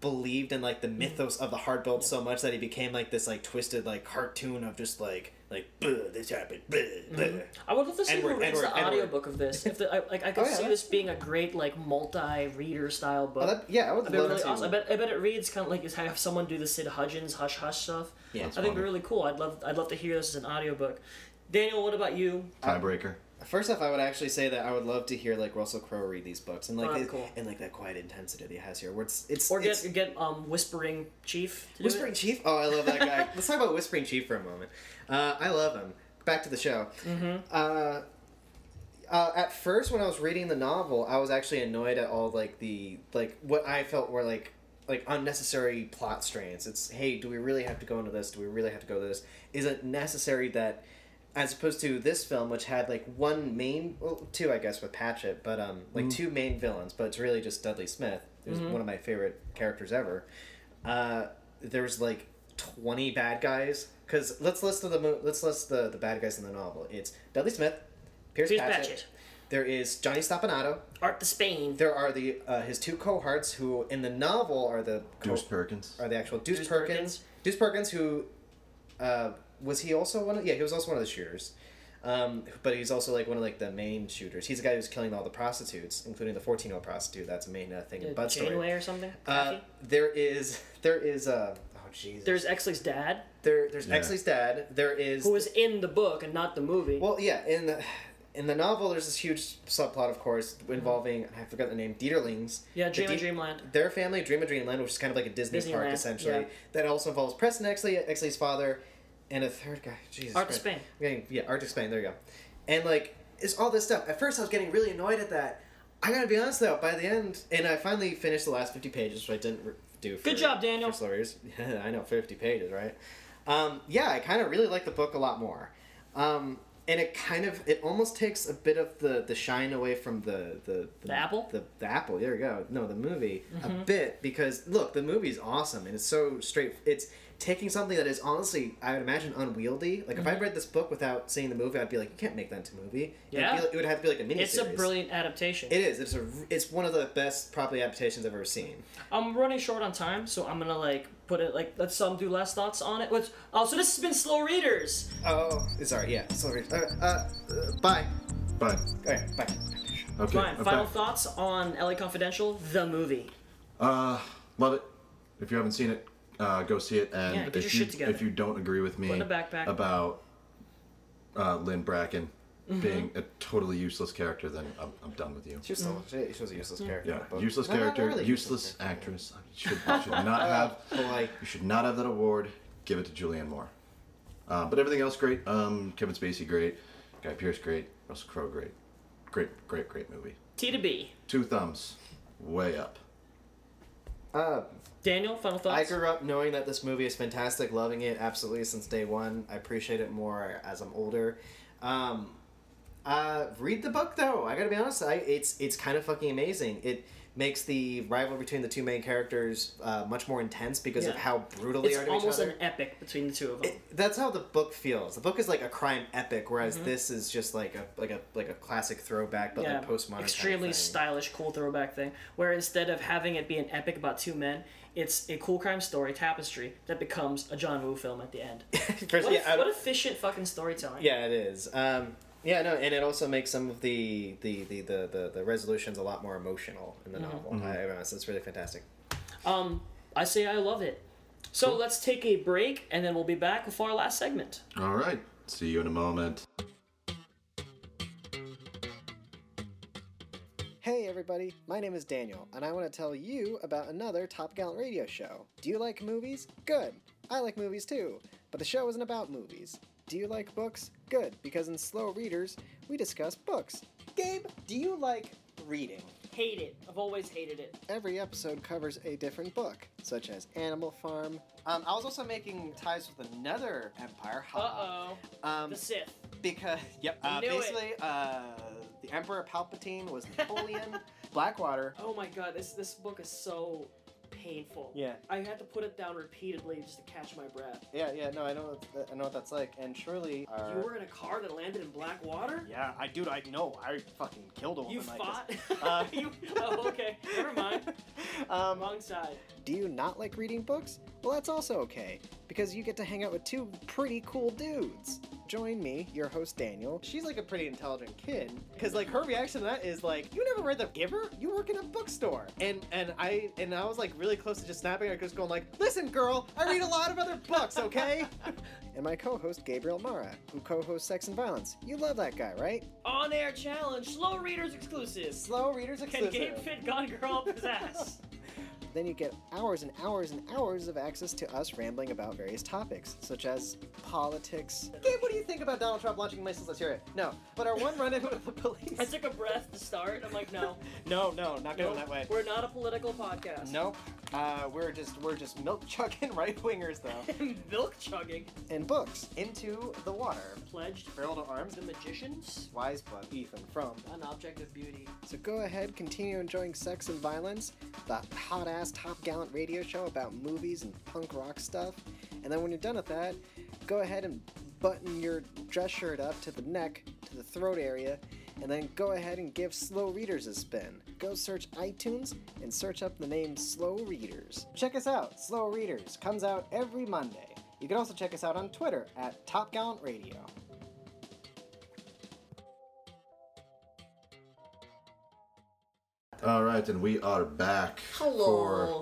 Speaker 3: believed in like the
Speaker 2: Mm-hmm.
Speaker 3: mythos of the hard boiled so much that he became like this like twisted like cartoon of just like like "Bleh, this happened. bleh, bleh."
Speaker 2: I would love to see
Speaker 3: N-word,
Speaker 2: who reads
Speaker 3: N-word,
Speaker 2: the
Speaker 3: N-word.
Speaker 2: audiobook of this. If the, I,
Speaker 3: [laughs]
Speaker 2: like, I could
Speaker 3: Oh, yeah,
Speaker 2: see
Speaker 3: that-
Speaker 2: this being a great like multi-reader style book.
Speaker 3: Oh, that, yeah, I would
Speaker 2: I bet,
Speaker 3: love
Speaker 2: really
Speaker 3: to.
Speaker 2: awesome. I bet, I bet it reads kind of like is have someone do the Sid Hudgens hush hush stuff.
Speaker 3: Yeah,
Speaker 2: I
Speaker 3: it's
Speaker 2: think it'd be
Speaker 1: funny.
Speaker 2: really cool. I'd love I'd love to hear this as an audiobook. Daniel, what about you?
Speaker 1: Tiebreaker.
Speaker 3: First off, I would actually say that I would love to hear like Russell Crowe read these books and like
Speaker 2: Oh,
Speaker 3: it-
Speaker 2: cool.
Speaker 3: and like that quiet intensity that he has here. Where it's it's,
Speaker 2: Or
Speaker 3: it's
Speaker 2: get get um whispering chief. To do
Speaker 3: Whispering
Speaker 2: it?
Speaker 3: Chief. Oh, I love that
Speaker 2: [laughs]
Speaker 3: guy. Let's talk about Whispering Chief for a moment. Uh, I love him. Back to the show.
Speaker 2: Mm-hmm.
Speaker 3: Uh, uh, at first, when I was reading the novel, I was actually annoyed at all like the like what I felt were like like unnecessary plot strands. It's hey, do we really have to go into this? Do we really have to go to this? Is it necessary that as opposed to this film, which had like one main, well, two I guess with Patchett, but um, like two main villains, but it's really just Dudley Smith, who's one of my favorite characters ever. Uh, there's like twenty bad guys. Cause let's list the mo- let's list the, the bad guys in the novel. It's Dudley Smith, Pierce,
Speaker 2: Here's
Speaker 3: Patchett.
Speaker 2: Batchett.
Speaker 3: There is Johnny Stoppanato.
Speaker 2: Art the Spain.
Speaker 3: There are the uh, his two cohorts who in the novel are the co-
Speaker 1: Deuce Perkins.
Speaker 3: are the actual Deuce,
Speaker 2: Deuce
Speaker 3: Perkins.
Speaker 2: Perkins.
Speaker 3: Deuce Perkins, who uh, was he also one? Of, yeah, he was also one of the shooters. Um, but he's also like one of like the main shooters. He's the guy who's killing all the prostitutes, including the fourteen-year-old prostitute. That's a main uh, thing in Bud's story.
Speaker 2: Janeway or something.
Speaker 3: Uh,
Speaker 2: Kathy?
Speaker 3: there is there is uh, oh Jesus.
Speaker 2: There's Exley's dad,
Speaker 3: there there's
Speaker 1: Yeah.
Speaker 3: Exley's dad. There is
Speaker 2: who was in the book and not the movie.
Speaker 3: well, yeah, in the in the novel, there's this huge subplot, of course, involving I forgot the name, Dieterlings.
Speaker 2: yeah,
Speaker 3: The
Speaker 2: Dream of
Speaker 3: Diet-
Speaker 2: Dreamland.
Speaker 3: Their family, Dream of Dreamland, which is kind of like a Disney park
Speaker 2: Disneyland,
Speaker 3: essentially,
Speaker 2: yeah.
Speaker 3: that also involves Preston Exley, Exley's father, and a third guy. Jesus.
Speaker 2: Art to
Speaker 3: Christ.
Speaker 2: Spain.
Speaker 3: I'm getting- yeah, Art to Spain. There you go. And like, it's all this stuff. At first, I was getting really annoyed at that. I gotta be honest though. By the end, and I finally finished the last fifty pages, which I didn't re- do. For,
Speaker 2: Good job, Daniel.
Speaker 3: For slurries. [laughs] I know fifty pages, right? Um, yeah, I kind of really like the book a lot more. Um, and it kind of it almost takes a bit of the the shine away from the the,
Speaker 2: The apple?
Speaker 3: the, the apple there you go no the movie
Speaker 2: Mm-hmm.
Speaker 3: a bit because look the movie's awesome and it's so straight it's taking something that is honestly i would imagine unwieldy like
Speaker 2: Mm-hmm.
Speaker 3: if i read this book without seeing the movie i'd be like you can't make that into a movie It'd
Speaker 2: Yeah.
Speaker 3: be like- it would have to be like a mini
Speaker 2: It's a brilliant adaptation.
Speaker 3: it is it's a it's one of the best probably adaptations i've ever seen
Speaker 2: I'm running short on time, so I'm gonna like put it like let's um do last thoughts on it. Let's oh so this has been slow readers.
Speaker 3: oh sorry yeah sorry uh, uh, uh, bye
Speaker 1: Bye.
Speaker 3: all right bye
Speaker 1: Okay.
Speaker 2: Ryan,
Speaker 1: I'm
Speaker 2: final
Speaker 1: back.
Speaker 2: thoughts on LA Confidential, the movie.
Speaker 1: Uh, love it. If you haven't seen it, uh, go see it. And
Speaker 2: Yeah, get
Speaker 1: if
Speaker 2: your
Speaker 1: you
Speaker 2: shit together.
Speaker 1: if you don't agree with me
Speaker 2: in a backpack.
Speaker 1: about uh, Lynn Bracken
Speaker 2: Mm-hmm.
Speaker 1: being a totally useless character, then I'm, I'm done with you.
Speaker 3: she was, so-
Speaker 2: Mm-hmm.
Speaker 3: she, she was a useless character in
Speaker 1: Yeah,
Speaker 3: the book.
Speaker 1: useless
Speaker 3: No, not
Speaker 1: character,
Speaker 3: really
Speaker 1: useless actress. You should, you should
Speaker 2: [laughs]
Speaker 1: not have.
Speaker 3: but like
Speaker 1: You should not have that award. Give it to Julianne Moore. Uh, but everything else great. Um, Kevin Spacey great. Guy Pearce great. Russell Crowe great. Great, great, great movie.
Speaker 2: T to B.
Speaker 1: Two thumbs, way up.
Speaker 3: uh
Speaker 2: Daniel, final thoughts.
Speaker 3: I grew up knowing that this movie is fantastic, loving it absolutely since day one. I appreciate it more as I'm older. Um, uh, read the book though. I gotta be honest. I, it's it's kind of fucking amazing. It makes the rivalry between the two main characters uh, much more intense because of
Speaker 2: Yeah.
Speaker 3: how brutal they
Speaker 2: it's
Speaker 3: are to each
Speaker 2: almost
Speaker 3: other.
Speaker 2: an epic between the two of them.
Speaker 3: That's how the book feels. The book is like a crime epic, whereas this is just like a like a like a classic throwback, but
Speaker 2: Mm-hmm. yeah,
Speaker 3: like postmodern. kind of
Speaker 2: extremely
Speaker 3: thing. [laughs]
Speaker 2: stylish, cool throwback thing. Where instead of having it be an epic about two men, it's a cool crime story tapestry that becomes a John Woo film at the end.
Speaker 3: First-
Speaker 2: What,
Speaker 3: yeah, I-
Speaker 2: what efficient fucking storytelling.
Speaker 3: Yeah, it is. Um, yeah, no, and it also makes some of the the the the, the, the resolutions a lot more emotional in the novel. I, I honest, it's really fantastic.
Speaker 2: Um, I say I love it. So let's take a break and then we'll be back with our last segment.
Speaker 1: All right. See you in a moment.
Speaker 3: Hey everybody, my name is Daniel, and I want to tell you about another Top Gallant radio show. Do you like movies? Good. I like movies too, but the show isn't about movies. Do you like books? Good, because in Slow Readers, we discuss books. Gabe, do you like reading?
Speaker 2: Hate it. I've always hated it.
Speaker 3: Every episode covers a different book, such as Animal Farm. Um, I was also making ties with another empire. ha.
Speaker 2: Uh oh.
Speaker 3: Um,
Speaker 2: The Sith.
Speaker 3: because yep, uh,
Speaker 2: Knew it.
Speaker 3: basically, uh, the Emperor Palpatine was
Speaker 2: [laughs]
Speaker 3: Napoleon. Blackwater.
Speaker 2: Oh my god, this this book is so painful.
Speaker 3: Yeah.
Speaker 2: I had to put it down repeatedly just to catch my breath.
Speaker 3: Yeah, yeah, no, I know, what th- I know what that's like. And uh, surely, our...
Speaker 2: You were in a car that landed in black water?
Speaker 3: yeah, I dude, I know, I fucking killed a woman
Speaker 2: You
Speaker 3: like
Speaker 2: fought?
Speaker 3: this.
Speaker 2: [laughs]
Speaker 3: Uh,
Speaker 2: you, oh, okay. Never mind.
Speaker 3: [laughs] Um,
Speaker 2: Wrong side.
Speaker 3: Do you not like reading books? Well, that's also okay, because you get to hang out with two pretty cool dudes. Join me, your host Daniel. She's like a pretty intelligent kid, because like her reaction to that is like, "You never read The Giver? You work in a bookstore." And and I and I was like really close to just snapping her, just going like, "Listen, girl, I read a lot of other books, okay?" [laughs] and my co-host Gabriel Mara, who co-hosts Sex and Violence. You love that guy, right?
Speaker 2: On air challenge, slow readers exclusive.
Speaker 3: Slow readers
Speaker 2: Can
Speaker 3: exclusive.
Speaker 2: Gabe fit Gone Girl up his
Speaker 3: [laughs]
Speaker 2: ass?
Speaker 3: Then you get hours and hours and hours of access to us rambling about various topics, such as politics. Gabe, what do you think about Donald Trump launching missiles? Let's hear it. No, but our one run-in with the police.
Speaker 2: I took a breath to start. I'm like,
Speaker 3: [laughs]
Speaker 2: no,
Speaker 3: no, no, not
Speaker 2: no,
Speaker 3: going that way.
Speaker 2: we're not a political podcast.
Speaker 3: Nope. Uh, we're just we're just milk chugging [laughs] right wingers though.
Speaker 2: [laughs] Milk chugging.
Speaker 3: and books into the water.
Speaker 2: Pledged.
Speaker 3: Feral to arms.
Speaker 2: The magicians.
Speaker 3: Wise blood. Ethan from.
Speaker 2: An object of beauty.
Speaker 3: So go ahead, continue enjoying Sex and Violence, the hot ass Top Gallant radio show about movies and punk rock stuff. And then when you're done with that, go ahead and button your dress shirt up to the neck, to the throat area, and then go ahead and give Slow Readers a spin. Go search iTunes and search up the name Slow Readers. Check us out, Slow Readers comes out every Monday. You can also check us out on Twitter at Top Gallant Radio.
Speaker 1: All right, and we are back
Speaker 2: Hello.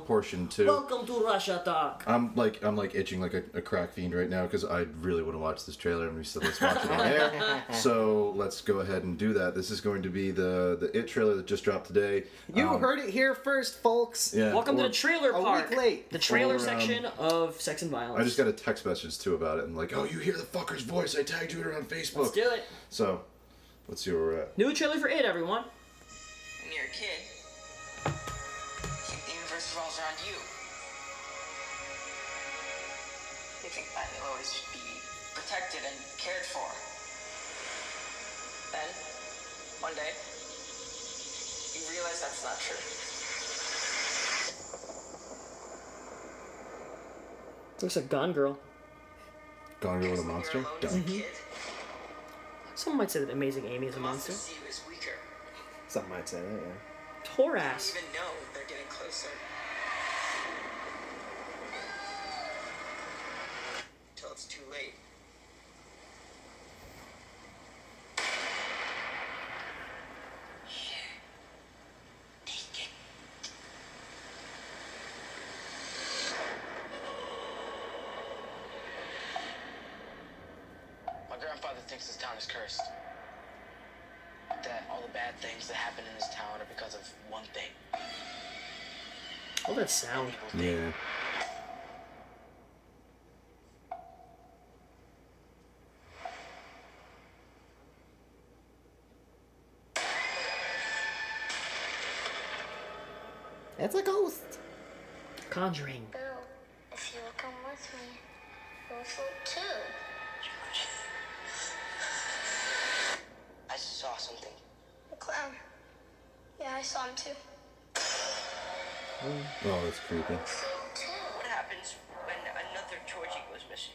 Speaker 1: for portion two.
Speaker 2: Welcome to Russia
Speaker 3: Uh,
Speaker 2: Talk.
Speaker 1: I'm like I'm like itching like a, a crack fiend right now because I really want to watch this trailer and we said let's watch it on air. So let's go ahead and do that. This is going to be the the it trailer that just dropped today.
Speaker 3: You
Speaker 1: Um,
Speaker 3: heard it here first, folks.
Speaker 1: Yeah.
Speaker 2: Welcome to
Speaker 1: or-
Speaker 2: the trailer
Speaker 3: a week
Speaker 2: park.
Speaker 3: late.
Speaker 2: The trailer
Speaker 1: Or, um,
Speaker 2: section of Sex and Violence.
Speaker 1: I just got a text message too about it and like oh you hear the fucker's voice I tagged you in it on Facebook.
Speaker 2: Let's do it.
Speaker 1: So let's see where we're at.
Speaker 2: New trailer for it, everyone.
Speaker 4: When you're a kid, you think the universe revolves around you. They think that you'll always be protected and cared for. Then, one day, you realize that's not true.
Speaker 2: Looks like Gone Girl.
Speaker 1: Gone Girl with a
Speaker 4: When you're
Speaker 1: monster.
Speaker 4: alone as a
Speaker 1: Done.
Speaker 4: kid,
Speaker 2: Someone might say that Amazing Amy is a
Speaker 4: the
Speaker 2: monster.
Speaker 4: monster see you is weaker.
Speaker 3: Some might say that, yeah.
Speaker 2: Whore
Speaker 4: You don't
Speaker 2: ass.
Speaker 4: even know they're getting closer. Till it's too late. Here. Take it.
Speaker 5: My grandfather thinks this town is cursed. That all the bad things that happen in this town are because of one thing.
Speaker 2: All that sound.
Speaker 5: Evil thing.
Speaker 1: Yeah.
Speaker 3: It's a ghost.
Speaker 2: Conjuring.
Speaker 6: Girl, if you'll come with me, we'll float too.
Speaker 5: I saw something.
Speaker 6: The clown. Yeah, I saw him too.
Speaker 1: Oh, that's creepy.
Speaker 6: Float too.
Speaker 4: What happens when another Georgie goes missing?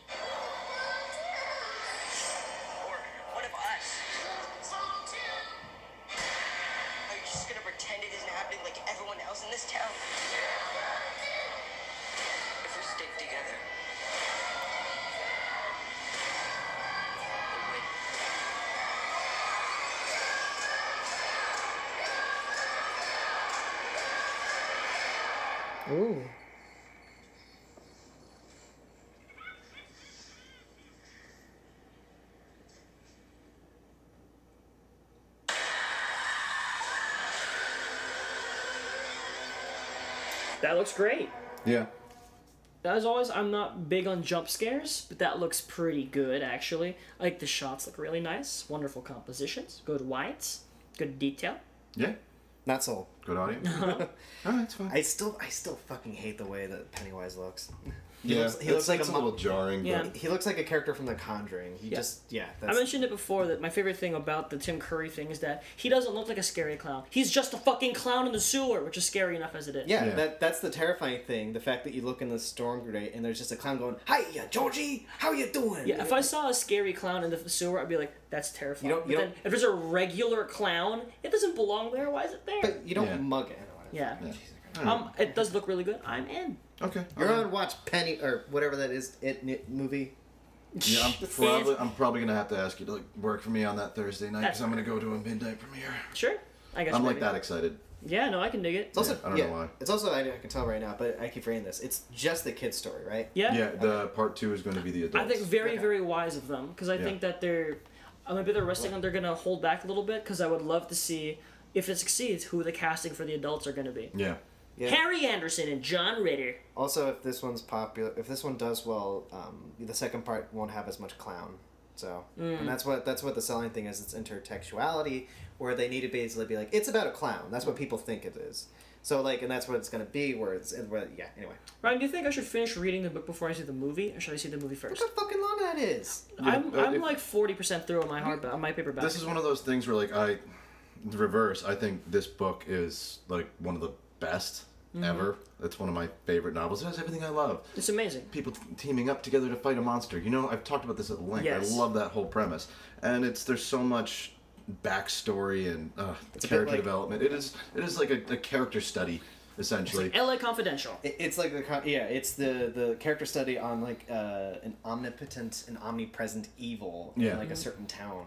Speaker 4: Or one of us?
Speaker 6: Float too.
Speaker 4: Are you just gonna pretend it isn't happening like everyone else in this town? If we stick together, we'll win.
Speaker 2: Ooh. That looks great.
Speaker 3: Yeah.
Speaker 2: As always, I'm not big on jump scares, but that looks pretty good actually. Like the shots look really nice, wonderful compositions, good whites, good detail.
Speaker 1: Yeah.
Speaker 3: Not sold.
Speaker 1: Good audience. [laughs] All right, it's fine.
Speaker 3: I still I still fucking hate the way that Pennywise looks.
Speaker 1: yeah,
Speaker 3: looks- he
Speaker 1: it's-
Speaker 3: looks like
Speaker 1: it's
Speaker 3: a
Speaker 1: a
Speaker 3: mon-
Speaker 1: little jarring.
Speaker 2: Yeah.
Speaker 1: But
Speaker 3: He looks like a character from The Conjuring. He
Speaker 2: Yeah.
Speaker 3: just yeah.
Speaker 2: I
Speaker 3: That's,
Speaker 2: mentioned it before that my favorite thing about the Tim Curry thing is that he doesn't look like a scary clown. He's just a fucking clown in the sewer, which is scary enough as it is.
Speaker 3: yeah,
Speaker 1: Yeah.
Speaker 3: that that's the terrifying thing. The fact that you look in the storm grenade and there's just a clown going, "Hiya, Georgie, how you doing?"
Speaker 2: Yeah, if I saw a scary clown in the sewer, I'd be like, "That's terrifying."
Speaker 3: You don't- you
Speaker 2: but
Speaker 3: don't-
Speaker 2: then, if there's a regular clown, it doesn't belong there. Why is it there?
Speaker 3: But you don't
Speaker 1: Yeah.
Speaker 3: mug it.
Speaker 2: yeah.
Speaker 1: all right.
Speaker 2: Um, it does look really good. I'm in.
Speaker 1: okay.
Speaker 3: You're
Speaker 1: all right.
Speaker 3: on watch Penny or whatever that is it n- movie.
Speaker 1: [laughs] Yeah,
Speaker 2: [laughs]
Speaker 1: I'm probably I'm probably gonna have to ask you to like work for me on that Thursday night because I'm gonna go to a midnight premiere.
Speaker 2: Sure. I guess.
Speaker 1: I'm like that excited.
Speaker 2: Yeah, no, I can dig it.
Speaker 3: It's also
Speaker 1: Yeah, I don't know why.
Speaker 3: It's also I, I can tell right now, but I keep forgetting this. It's just the kid's story, right?
Speaker 2: Yeah.
Speaker 1: Yeah, the part two is going to be the
Speaker 2: I
Speaker 1: adults.
Speaker 2: think very,
Speaker 3: Okay.
Speaker 2: very wise of them because I
Speaker 1: Yeah.
Speaker 2: think that they're, I mean, they're resting on they're gonna hold back a little bit because I would love to see if it succeeds who the casting for the adults are gonna be.
Speaker 1: yeah,
Speaker 3: Yeah.
Speaker 2: Harry Anderson and John Ritter.
Speaker 3: Also, if this one's popular, if this one does well, um, the second part won't have as much clown. So, and that's what that's what the selling thing is. It's intertextuality, where they need to basically be like, it's about a clown. That's what people think it is. So like, and that's what it's gonna be. Where it's and where, yeah. Anyway,
Speaker 2: Ryan, do you think I should finish reading the book before I see the movie, or should I see the movie
Speaker 3: look
Speaker 2: first?
Speaker 3: how fucking long that is.
Speaker 2: I'm,
Speaker 1: uh,
Speaker 2: I'm
Speaker 1: if-
Speaker 2: like forty percent through on my hard on my paperback.
Speaker 1: this is one of those things where like I, the reverse. I think this book is like one of the best ever. It's one of my favorite novels. It has everything I love.
Speaker 2: it's amazing.
Speaker 1: People t- teaming up together to fight a monster. You know, I've talked about this at length.
Speaker 2: Yes.
Speaker 1: I love that whole premise, and it's there's so much backstory and uh,
Speaker 3: a bit
Speaker 1: character
Speaker 3: like-
Speaker 1: development. It is it is like a, a character study, essentially.
Speaker 2: L.A. Confidential.
Speaker 3: It- It's like the con- yeah, it's the the character study on like uh, an omnipotent and omnipresent evil
Speaker 1: Yeah.
Speaker 3: in like a certain town.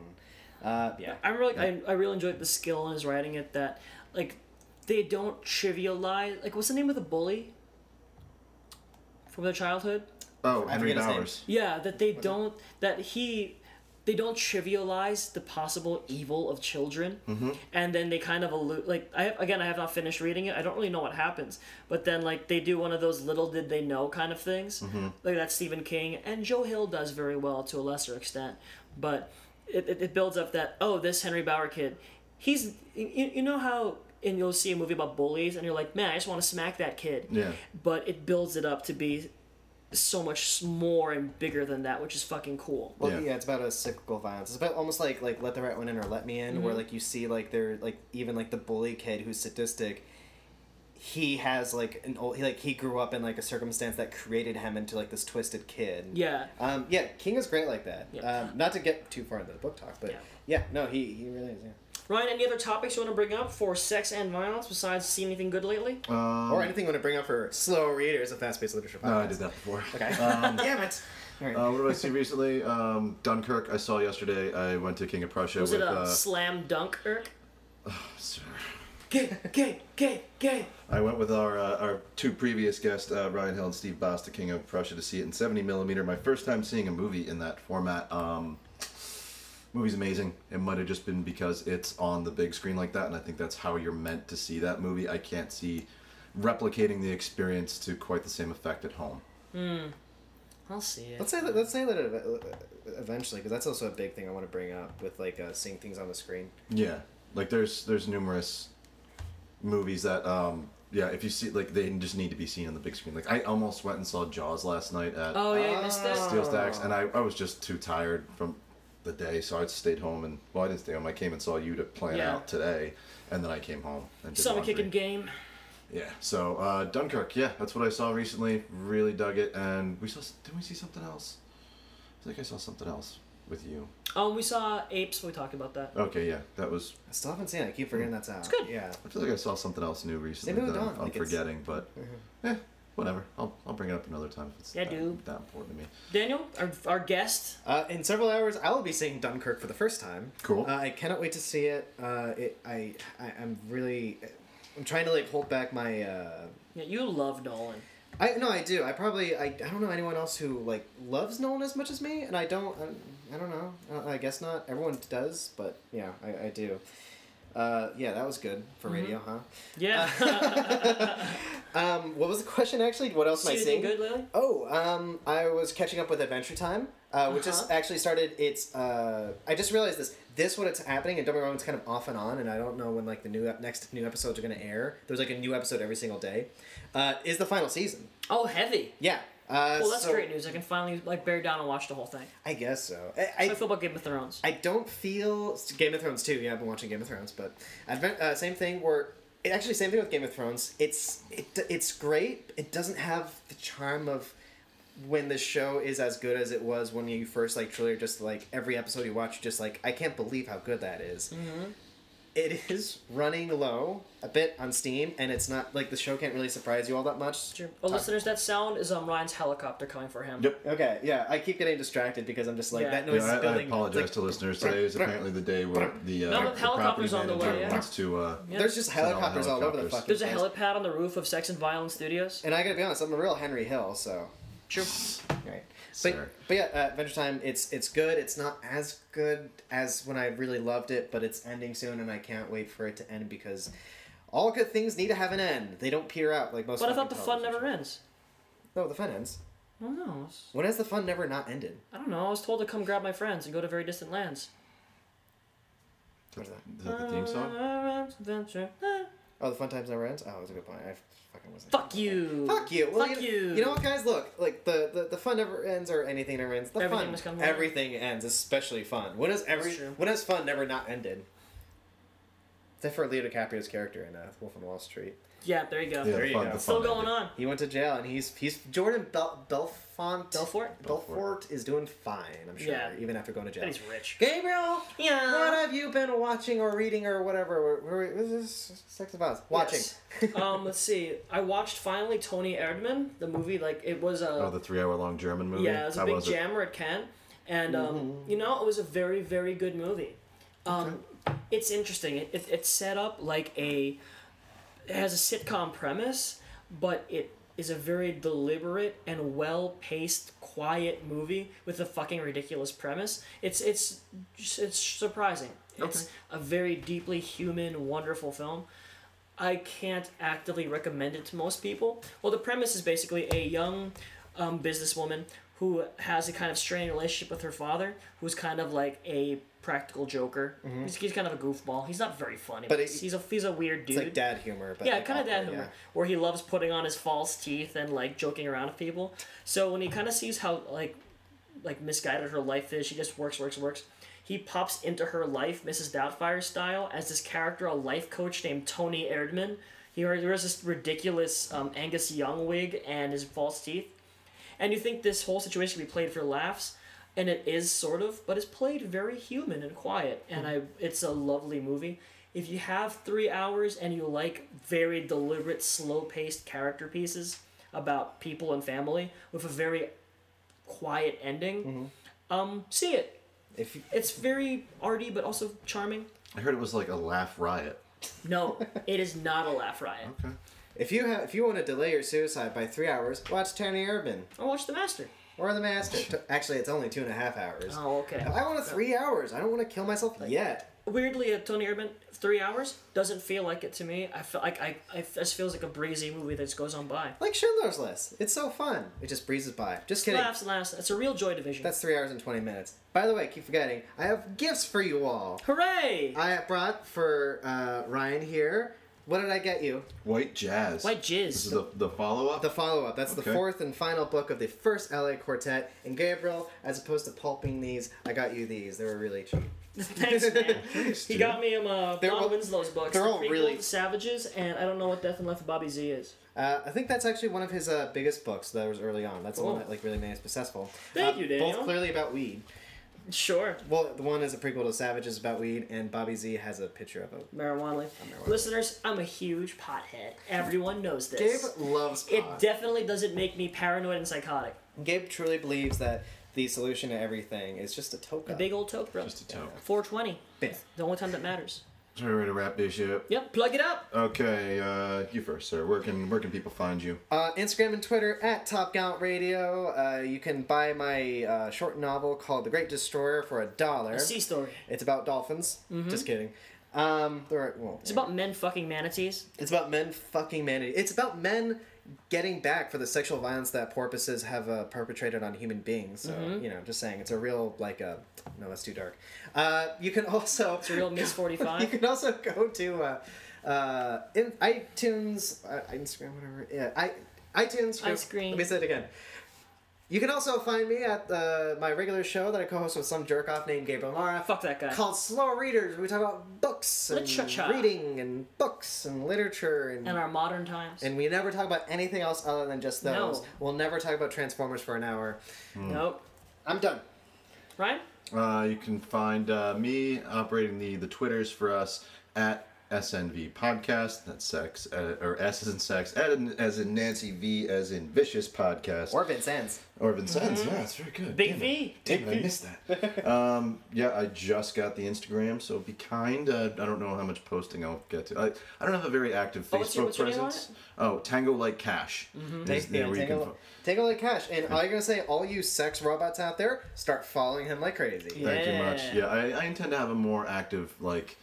Speaker 3: Uh, yeah,
Speaker 2: I'm really, I, I really enjoyed the skill in his writing it that, like, they don't trivialize. Like, what's the name of the bully? From their childhood.
Speaker 1: Oh,
Speaker 3: I
Speaker 1: Henry
Speaker 3: forget his name.
Speaker 1: Bowers.
Speaker 2: Yeah, that they don't. That he. They don't trivialize the possible evil of children, and then they kind of allude. Like I again, I have not finished reading it. I don't really know what happens, but then like they do one of those little did they know kind of things, like that Stephen King and Joe Hill does very well to a lesser extent, but it, it, it builds up that oh this Henry Bauer kid, he's you, you know how and you'll see a movie about bullies and you're like man I just want to smack that kid,
Speaker 1: Yeah.
Speaker 2: but it builds it up to be so much more and bigger than that, which is fucking cool.
Speaker 3: Well,
Speaker 1: Yeah.
Speaker 3: yeah. it's about a cyclical violence. It's about almost like like let the right one in or let me in,
Speaker 2: Mm-hmm.
Speaker 3: where like you see like they're like even like the bully kid who's sadistic. He has like an old he, like he grew up in like a circumstance that created him into like this twisted kid.
Speaker 2: Yeah.
Speaker 3: Um, yeah, King is great like that.
Speaker 2: Yeah.
Speaker 3: Um, not to get too far into the book talk, but yeah,
Speaker 2: Yeah.
Speaker 3: no, he he really is. Yeah.
Speaker 2: Ryan, any other topics you want to bring up for sex and violence besides see anything good lately?
Speaker 1: Um,
Speaker 3: or anything you want to bring up for slow readers of Fast Paced Literature Podcast.
Speaker 1: No, I did that before.
Speaker 3: Okay. [laughs] Damn it. All right.
Speaker 1: Uh, what did I see recently? Um, Dunkirk. I saw yesterday. I went to King of Prussia
Speaker 2: Was
Speaker 1: with.
Speaker 2: it a
Speaker 1: uh,
Speaker 2: slam dunk, Irk?
Speaker 1: sir.
Speaker 2: Gay, gay, gay, gay.
Speaker 1: I went with our uh, our two previous guests, uh, Ryan Hill and Steve Boss, to King of Prussia to see it in 70 millimeter. My first time seeing a movie in that format. Um, movie's amazing. It might have just been because it's on the big screen like that, and I think that's how you're meant to see that movie. I can't see replicating the experience to quite the same effect at home.
Speaker 2: I'll see it.
Speaker 3: Let's say that. Let's say that ev- eventually, because that's also a big thing I want to bring up with like uh, seeing things on the screen.
Speaker 1: Yeah, like there's there's numerous movies that um yeah if you see like they just need to be seen on the big screen. Like I almost went and saw Jaws last night at
Speaker 2: oh yeah, I missed that.
Speaker 1: Steel Stacks, and I, I was just too tired from the day, so I stayed home and well I didn't stay home. I came and saw you to plan
Speaker 2: Yeah.
Speaker 1: out today, and then I came home and did
Speaker 2: Summer
Speaker 1: laundry.
Speaker 2: kicking game.
Speaker 1: Yeah, so uh, Dunkirk, yeah, that's what I saw recently. Really dug it, and we saw. Did we see something else? I think I saw something else with you.
Speaker 2: Um, we saw apes. We talked about that.
Speaker 1: Okay, yeah, that was
Speaker 3: I still haven't seen it. I keep forgetting that's out. It's
Speaker 2: good.
Speaker 3: Yeah.
Speaker 1: I feel like I saw something else new recently
Speaker 3: Maybe we
Speaker 1: that I'm,
Speaker 3: don't,
Speaker 1: I'm
Speaker 3: like, it's-
Speaker 1: forgetting, but
Speaker 2: [laughs]
Speaker 1: eh, whatever. I'll, I'll bring it up another time if it's
Speaker 2: Mm-hmm. Yeah,
Speaker 1: that,
Speaker 2: dude.
Speaker 1: that important to me.
Speaker 2: Daniel, our, our guest.
Speaker 3: Uh, in several hours, I will be seeing Dunkirk for the first time.
Speaker 1: Cool.
Speaker 3: Uh, I cannot wait to see it. Uh, it I, I I'm really I'm trying to like hold back my. Uh,
Speaker 2: Yeah, you love Nolan.
Speaker 3: I no, I do. I probably I, I don't know anyone else who like loves Nolan as much as me, Uh, and I don't. I, I don't know. I, I guess not. Everyone does, but yeah, I, I do. Uh, yeah, that was good for
Speaker 2: Mm-hmm.
Speaker 3: radio, huh?
Speaker 2: Yeah. [laughs]
Speaker 3: Um, what was the [laughs] question actually? What else
Speaker 2: See
Speaker 3: am I
Speaker 2: anything
Speaker 3: seeing?
Speaker 2: good lately?
Speaker 3: Oh, um, I was catching up with Adventure Time, uh, which just
Speaker 2: Uh-huh.
Speaker 3: actually started. It's uh, I just realized this. This when it's happening, and don't get me wrong, it's kind of off and on, and I don't know when like the new ep- next new episodes are going to air. There's like a new episode every single day. Uh, is the final season?
Speaker 2: Oh, heavy.
Speaker 3: Yeah. Uh,
Speaker 2: Well, that's
Speaker 3: so-
Speaker 2: great news. I can finally like bear down and watch the whole thing.
Speaker 3: I guess so. I,
Speaker 2: How I
Speaker 3: I,
Speaker 2: feel about Game of Thrones.
Speaker 3: I don't feel Game of Thrones too. Yeah, I've been watching Game of Thrones, but Advent, uh, same thing. Where it- actually same thing with Game of Thrones. It's it, d- it's great. It doesn't have the charm of when the show is as good as it was when you first like truly are just like every episode you watch, you're just like I can't believe how good that is.
Speaker 2: Mm-hmm.
Speaker 3: It is running low a bit on Steam, and it's not like the show can't really surprise you all that much.
Speaker 2: Sure. Oh, listeners, that sound is um, Ryan's helicopter coming for him.
Speaker 1: Yep.
Speaker 3: Okay, yeah, I keep getting distracted because I'm just like
Speaker 2: Yeah.
Speaker 3: that
Speaker 1: Yeah,
Speaker 3: noise
Speaker 1: I,
Speaker 3: is
Speaker 1: I
Speaker 3: building.
Speaker 1: apologize
Speaker 3: like,
Speaker 1: to listeners. Today is apparently the day where the, uh,
Speaker 2: No, but
Speaker 1: the property
Speaker 2: helicopter's on the
Speaker 1: manager
Speaker 2: way, yeah.
Speaker 1: wants to. Uh,
Speaker 2: Yeah.
Speaker 3: There's just
Speaker 1: Send all the
Speaker 3: helicopters all over the
Speaker 1: helicopters.
Speaker 3: fucking.
Speaker 2: There's a
Speaker 3: place.
Speaker 2: helipad on the roof of Sex and Violence Studios.
Speaker 3: And I gotta be honest, I'm a real Henry Hill, so
Speaker 2: Sure.
Speaker 3: right. But,
Speaker 1: Sir.
Speaker 3: but yeah, uh, Adventure Time. It's it's good. It's not as good as when I really loved it, but it's ending soon, and I can't wait for it to end because all good things need to have an end. They don't peer out like most.
Speaker 2: But I thought the
Speaker 3: fucking
Speaker 2: fun
Speaker 3: television
Speaker 2: never ends.
Speaker 3: shows. No, the fun ends.
Speaker 2: I don't know. It's-
Speaker 3: When has the fun never not ended?
Speaker 2: I don't know. I was told to come grab my friends and go to very distant lands.
Speaker 3: What is that?
Speaker 1: Is that the theme
Speaker 2: Uh,
Speaker 1: song?
Speaker 2: Adventure. Ah.
Speaker 3: Oh, the fun times never ends. Oh, that's a good point. I fucking wasn't.
Speaker 2: Fuck you.
Speaker 3: Fuck you. Well,
Speaker 2: Fuck
Speaker 3: you,
Speaker 2: you.
Speaker 3: You know what, guys? Look, like the, the, the fun never ends or anything never ends. The
Speaker 2: Everything
Speaker 3: fun,
Speaker 2: must come to an end.
Speaker 3: everything ends, especially fun. When has every
Speaker 2: That's true.
Speaker 3: when has fun never not ended? Except for Leo DiCaprio's character in uh, Wolf on Wall Street.
Speaker 2: Yeah, there you go.
Speaker 1: Yeah,
Speaker 3: There
Speaker 1: the
Speaker 3: you
Speaker 1: fun,
Speaker 3: go.
Speaker 1: the
Speaker 2: Still
Speaker 1: fun
Speaker 2: going
Speaker 1: ending.
Speaker 2: on.
Speaker 3: He went to jail, and he's he's Jordan Bel- Belfont
Speaker 2: Belfort?
Speaker 3: Belfort is doing fine, I'm sure,
Speaker 2: Yeah.
Speaker 3: even after going to jail.
Speaker 2: And he's rich.
Speaker 3: Gabriel,
Speaker 2: Yeah.
Speaker 3: what have you been watching or reading or whatever? Where, where, is this sex and violence? Watching. [laughs]
Speaker 2: um, let's see. I watched finally Tony Erdman, the movie. Like it was uh, a
Speaker 1: Oh, the three-hour-long German movie.
Speaker 2: yeah, it was a
Speaker 1: How
Speaker 2: big
Speaker 1: was it?
Speaker 2: jammer at Cannes, and um, you know it was a very very good movie. Um, It's interesting. It, it, it's set up like a it has a sitcom premise, but it is a very deliberate and well paced, quiet movie with a fucking ridiculous premise. It's it's it's surprising. It's a very deeply human, wonderful film. I can't actively recommend it to most people. Well, the premise is basically a young um, businesswoman who has a kind of strained relationship with her father, who's kind of like a practical joker. He's, he's kind of a goofball. He's not very funny, but,
Speaker 3: Mm-hmm. But it-
Speaker 2: he's a he's a weird dude.
Speaker 3: It's like dad humor, but
Speaker 2: Yeah,
Speaker 3: like
Speaker 2: kind of that
Speaker 3: awkward,
Speaker 2: humor,
Speaker 3: yeah.
Speaker 2: where he loves putting on his false teeth and like joking around with people. So when he kind of sees how like like misguided her life is, she just works, works, works. He pops into her life, Mrs. Doubtfire style, as this character, a life coach named Tony Erdman. He wears he wears this ridiculous um, Angus Young wig and his false teeth, and you think this whole situation can be played for laughs, and it is sort of, but it's played very human and quiet, and I it's a lovely movie. If you have three hours and you like very deliberate, slow-paced character pieces about people and family with a very quiet ending, um, see it.
Speaker 3: If you,
Speaker 2: It's very arty but also charming.
Speaker 1: I heard it was like a laugh riot.
Speaker 2: [laughs] No, it is not a laugh riot.
Speaker 1: Okay.
Speaker 3: If you have, if you want to delay your suicide by three hours, watch Tony Urban
Speaker 2: I watched The Master.
Speaker 3: or The Master. T- Actually, it's only two and a half hours.
Speaker 2: Oh, okay.
Speaker 3: I want a three hours. I don't want to kill myself yet.
Speaker 2: weirdly at Tony Urban, three hours doesn't feel like it to me. I feel like I, I this feels like a breezy movie that just goes on by.
Speaker 3: Like Schindler's List. It's so fun. It just breezes by. Just kidding.
Speaker 2: Laughs and laughs. It's a real joy division.
Speaker 3: That's three hours and twenty minutes. By the way, I keep forgetting. I have gifts for you all.
Speaker 2: Hooray!
Speaker 3: [laughs] I have brought for uh, Ryan here. What did I get you?
Speaker 1: White jazz.
Speaker 2: White
Speaker 1: This is
Speaker 2: jizz.
Speaker 1: the, the follow-up.
Speaker 3: The follow up. That's the
Speaker 1: Okay.
Speaker 3: fourth and final book of the first LA Quartet. And Gabriel, as opposed to pulping these, I got you these. They were really cheap.
Speaker 2: Thanks,
Speaker 3: [laughs]
Speaker 2: man. he
Speaker 1: dude.
Speaker 2: got me um uh,
Speaker 3: They're
Speaker 2: Don
Speaker 3: all-
Speaker 2: Winslow's books.
Speaker 3: they're
Speaker 2: The
Speaker 3: all
Speaker 2: prequel
Speaker 3: really-
Speaker 2: to Savages, and I don't know what Death and Life of Bobby Z is.
Speaker 3: Uh, I think that's actually one of his uh, biggest books that was early on. That's the
Speaker 2: Cool.
Speaker 3: one that like really made him successful.
Speaker 2: Oh. Thank
Speaker 3: Uh,
Speaker 2: you, Daniel.
Speaker 3: Both clearly about weed.
Speaker 2: Sure.
Speaker 3: Well, the one is a prequel to Savage is about weed, and Bobby Z has a picture of it.
Speaker 2: Marijuana leaf.
Speaker 3: marijuana.
Speaker 2: Listeners, I'm a huge pothead. Everyone knows this.
Speaker 3: Gabe uh, loves
Speaker 2: it
Speaker 3: pot.
Speaker 2: definitely doesn't make me paranoid and psychotic.
Speaker 3: Gabe truly believes that the solution to everything is just a token.
Speaker 2: A big old toke, bro.
Speaker 1: Just a toke.
Speaker 2: 420.
Speaker 3: Bam.
Speaker 2: The only time that matters.
Speaker 1: So we're ready to wrap this up.
Speaker 2: Yep, plug it up.
Speaker 1: Okay, uh, you first, sir. Where can where can people find you?
Speaker 3: Uh, Instagram and Twitter at Top Gallant Radio. Uh, you can buy my uh, short novel called The Great Destroyer for a dollar.
Speaker 2: Sea story.
Speaker 3: It's about dolphins. Just kidding. Um, there are, well,
Speaker 2: Mm-hmm. It's about men fucking manatees.
Speaker 3: It's about men fucking manatee. It's about men getting back for the sexual violence that porpoises have uh, perpetrated on human beings. So
Speaker 2: Mm-hmm.
Speaker 3: you know, just saying, it's a real like a no, that's too dark. Uh, you can also it's
Speaker 2: a
Speaker 3: [laughs]
Speaker 2: real [laughs] Miss 45.
Speaker 3: You can also go to uh, uh, in iTunes, uh, Instagram, whatever. Yeah, I iTunes.
Speaker 2: Ice cream.
Speaker 3: Let me say it again. You can also find me at uh, my regular show that I co-host with some jerk off named Gabriel Mara
Speaker 2: Fuck that guy.
Speaker 3: called Slow Readers. where We talk about books and
Speaker 2: Literature.
Speaker 3: reading and books and literature and
Speaker 2: in our modern times.
Speaker 3: and we never talk about anything else other than just
Speaker 2: No.
Speaker 3: those. We'll never talk about Transformers for an hour.
Speaker 2: nope.
Speaker 3: I'm done.
Speaker 2: Ryan?
Speaker 1: Uh, you can find uh, me operating the the Twitters for us at SNV Podcast. That's sex uh, or S as in sex, as in, as in Nancy V as in vicious podcast.
Speaker 3: Or Vincennes.
Speaker 1: Or Vincennes, yeah, that's very good.
Speaker 2: Mm-hmm. Big
Speaker 1: Damn it.
Speaker 2: V.
Speaker 1: Damn it, I missed that. [laughs] um, yeah, I just got the Instagram, so be kind. Uh, I don't know how much posting I'll get to. I, I don't have a very active Facebook
Speaker 2: Oh, what's your- what's your name on Mm-hmm.
Speaker 1: presence. Oh, Tango Like Cash. is there where you
Speaker 3: take,
Speaker 1: can
Speaker 3: a
Speaker 1: fo-
Speaker 3: look, take a look at Cash. And all you're going to say, all you sex robots out there, start following him like crazy.
Speaker 1: Thank you much.
Speaker 2: Yeah.
Speaker 1: Yeah, I, I intend to have a more active like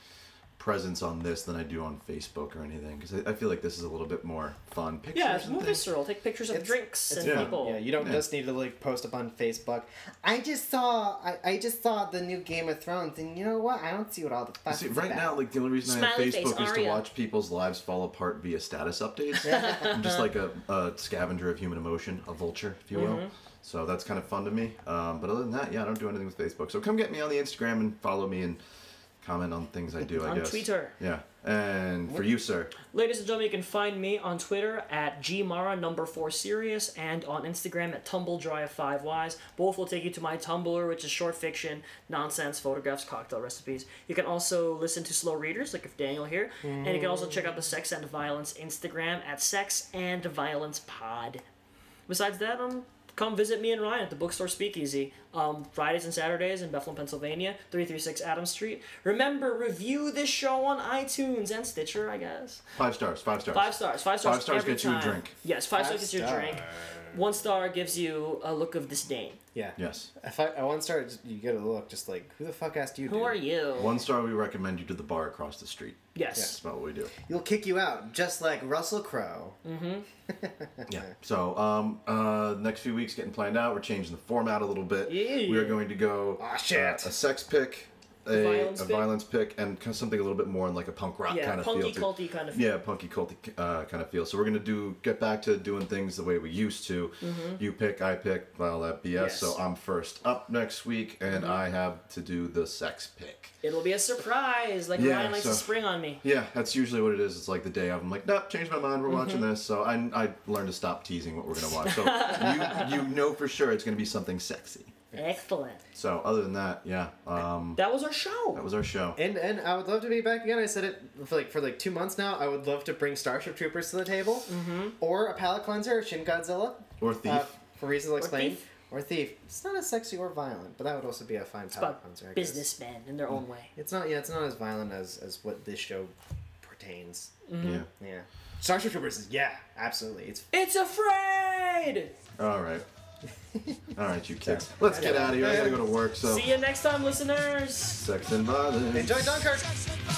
Speaker 1: presence on this than I do on Facebook or anything because I, I feel like this is a little bit more fun. Pictures
Speaker 2: Yeah, it's
Speaker 1: and
Speaker 2: more
Speaker 1: things.
Speaker 2: visceral. Take pictures of
Speaker 3: It's-
Speaker 2: drinks
Speaker 3: it's
Speaker 2: and
Speaker 1: fun.
Speaker 2: people.
Speaker 3: Yeah, you don't
Speaker 1: Yeah.
Speaker 3: just need to like post up on Facebook. I just saw, I, I just saw the new Game of Thrones, and you know what? I don't see what all the fuss
Speaker 1: See,
Speaker 3: is
Speaker 1: right
Speaker 3: about.
Speaker 1: now, like the only reason I have
Speaker 2: Smiley face,
Speaker 1: Facebook is to
Speaker 2: Aria.
Speaker 1: watch people's lives fall apart via status
Speaker 2: [laughs]
Speaker 1: updates. I'm just like a, a scavenger of human emotion, a vulture, if you will.
Speaker 2: Mm-hmm.
Speaker 1: So that's kind of fun to me. Um, but other than that, yeah, I don't do anything with Facebook. So come get me on the Instagram and follow me and comment on things I do. I
Speaker 2: On
Speaker 1: guess
Speaker 2: Twitter.
Speaker 1: Yeah, and for you, sir.
Speaker 2: Ladies and gentlemen, you can find me on Twitter at gmara number four serious and on Instagram at tumbledry of five wise. Both will take you to my Tumblr, which is short fiction, nonsense, photographs, cocktail recipes. You can also listen to slow readers, like if Daniel here, and you can also check out the Sex and Violence Instagram at Sex and Violence Pod. Besides that, um, come visit me and Ryan at the bookstore Speakeasy, um, Fridays and Saturdays in Bethlehem, Pennsylvania, 336 Adams Street. Remember, review this show on iTunes and Stitcher, I guess.
Speaker 1: Five stars. Five stars.
Speaker 2: Five stars. Five stars.
Speaker 1: Five stars
Speaker 2: every
Speaker 1: gets you a
Speaker 2: time.
Speaker 1: drink.
Speaker 2: Yes, five,
Speaker 3: Five
Speaker 2: stars gets you a drink. One star gives you a look of disdain.
Speaker 3: Yeah.
Speaker 1: Yes.
Speaker 3: If I, I want to start, just- you get a look just like, who the fuck asked you?
Speaker 2: Who
Speaker 3: dude?
Speaker 2: are you?
Speaker 1: One star, we recommend you to the bar across the street. That's
Speaker 2: yes.
Speaker 1: about what we do.
Speaker 3: You'll kick you out, just like Russell Crowe.
Speaker 1: Yeah. So, um, uh, next few weeks getting planned out. We're changing the format a little bit.
Speaker 2: Yeah.
Speaker 1: We are going to go
Speaker 3: Ah, shit.
Speaker 1: uh, a sex pick, a,
Speaker 2: Violence
Speaker 1: a
Speaker 2: pick.
Speaker 1: violence pick, and kind of something a little bit more in like a punk rock
Speaker 2: Yeah,
Speaker 1: kind of
Speaker 2: punky,
Speaker 1: feel. to-
Speaker 2: culty kind of.
Speaker 1: Yeah, punky culty uh, kind of feel. So we're gonna do get back to doing things the way we used to. You pick, I pick, all that BS.
Speaker 2: Mm-hmm. Yes. Mm-hmm.
Speaker 1: So I'm first up next week, and I have to do the sex pick.
Speaker 2: It'll be a surprise, like
Speaker 1: Yeah,
Speaker 2: Ryan likes
Speaker 1: so-
Speaker 2: to spring on me.
Speaker 1: Yeah, that's usually what it is. It's like the day of. I'm like, nope, changed my mind. We're watching this. So I, I learned to stop teasing what we're gonna watch. So you you know for sure it's gonna be something sexy.
Speaker 2: Excellent.
Speaker 1: So other than that, yeah, um,
Speaker 2: That was our show.
Speaker 1: that was our show.
Speaker 3: And and I would love to be back again. I said it for like for like two months now. I would love to bring Starship Troopers to the table, mm-hmm. or a palate cleanser, or Shin Godzilla,
Speaker 1: Or thief.
Speaker 3: uh, for reasons I'll explain,
Speaker 2: Thief.
Speaker 3: or thief. It's not as sexy or violent, but that would also be a fine palate
Speaker 2: But
Speaker 3: cleanser. I guess.
Speaker 2: businessmen in their own way.
Speaker 3: It's not. Yeah, it's not as violent as as what this show pertains.
Speaker 1: Yeah.
Speaker 3: Yeah. Starship Troopers. is- Yeah, absolutely. It's
Speaker 2: It's afraid!
Speaker 1: All right. All right, you kids. Let's get out of here. I gotta go to work. So
Speaker 2: See you next time, listeners!
Speaker 1: sex and violence.
Speaker 3: enjoy Dunkirk.
Speaker 7: Sex and violence.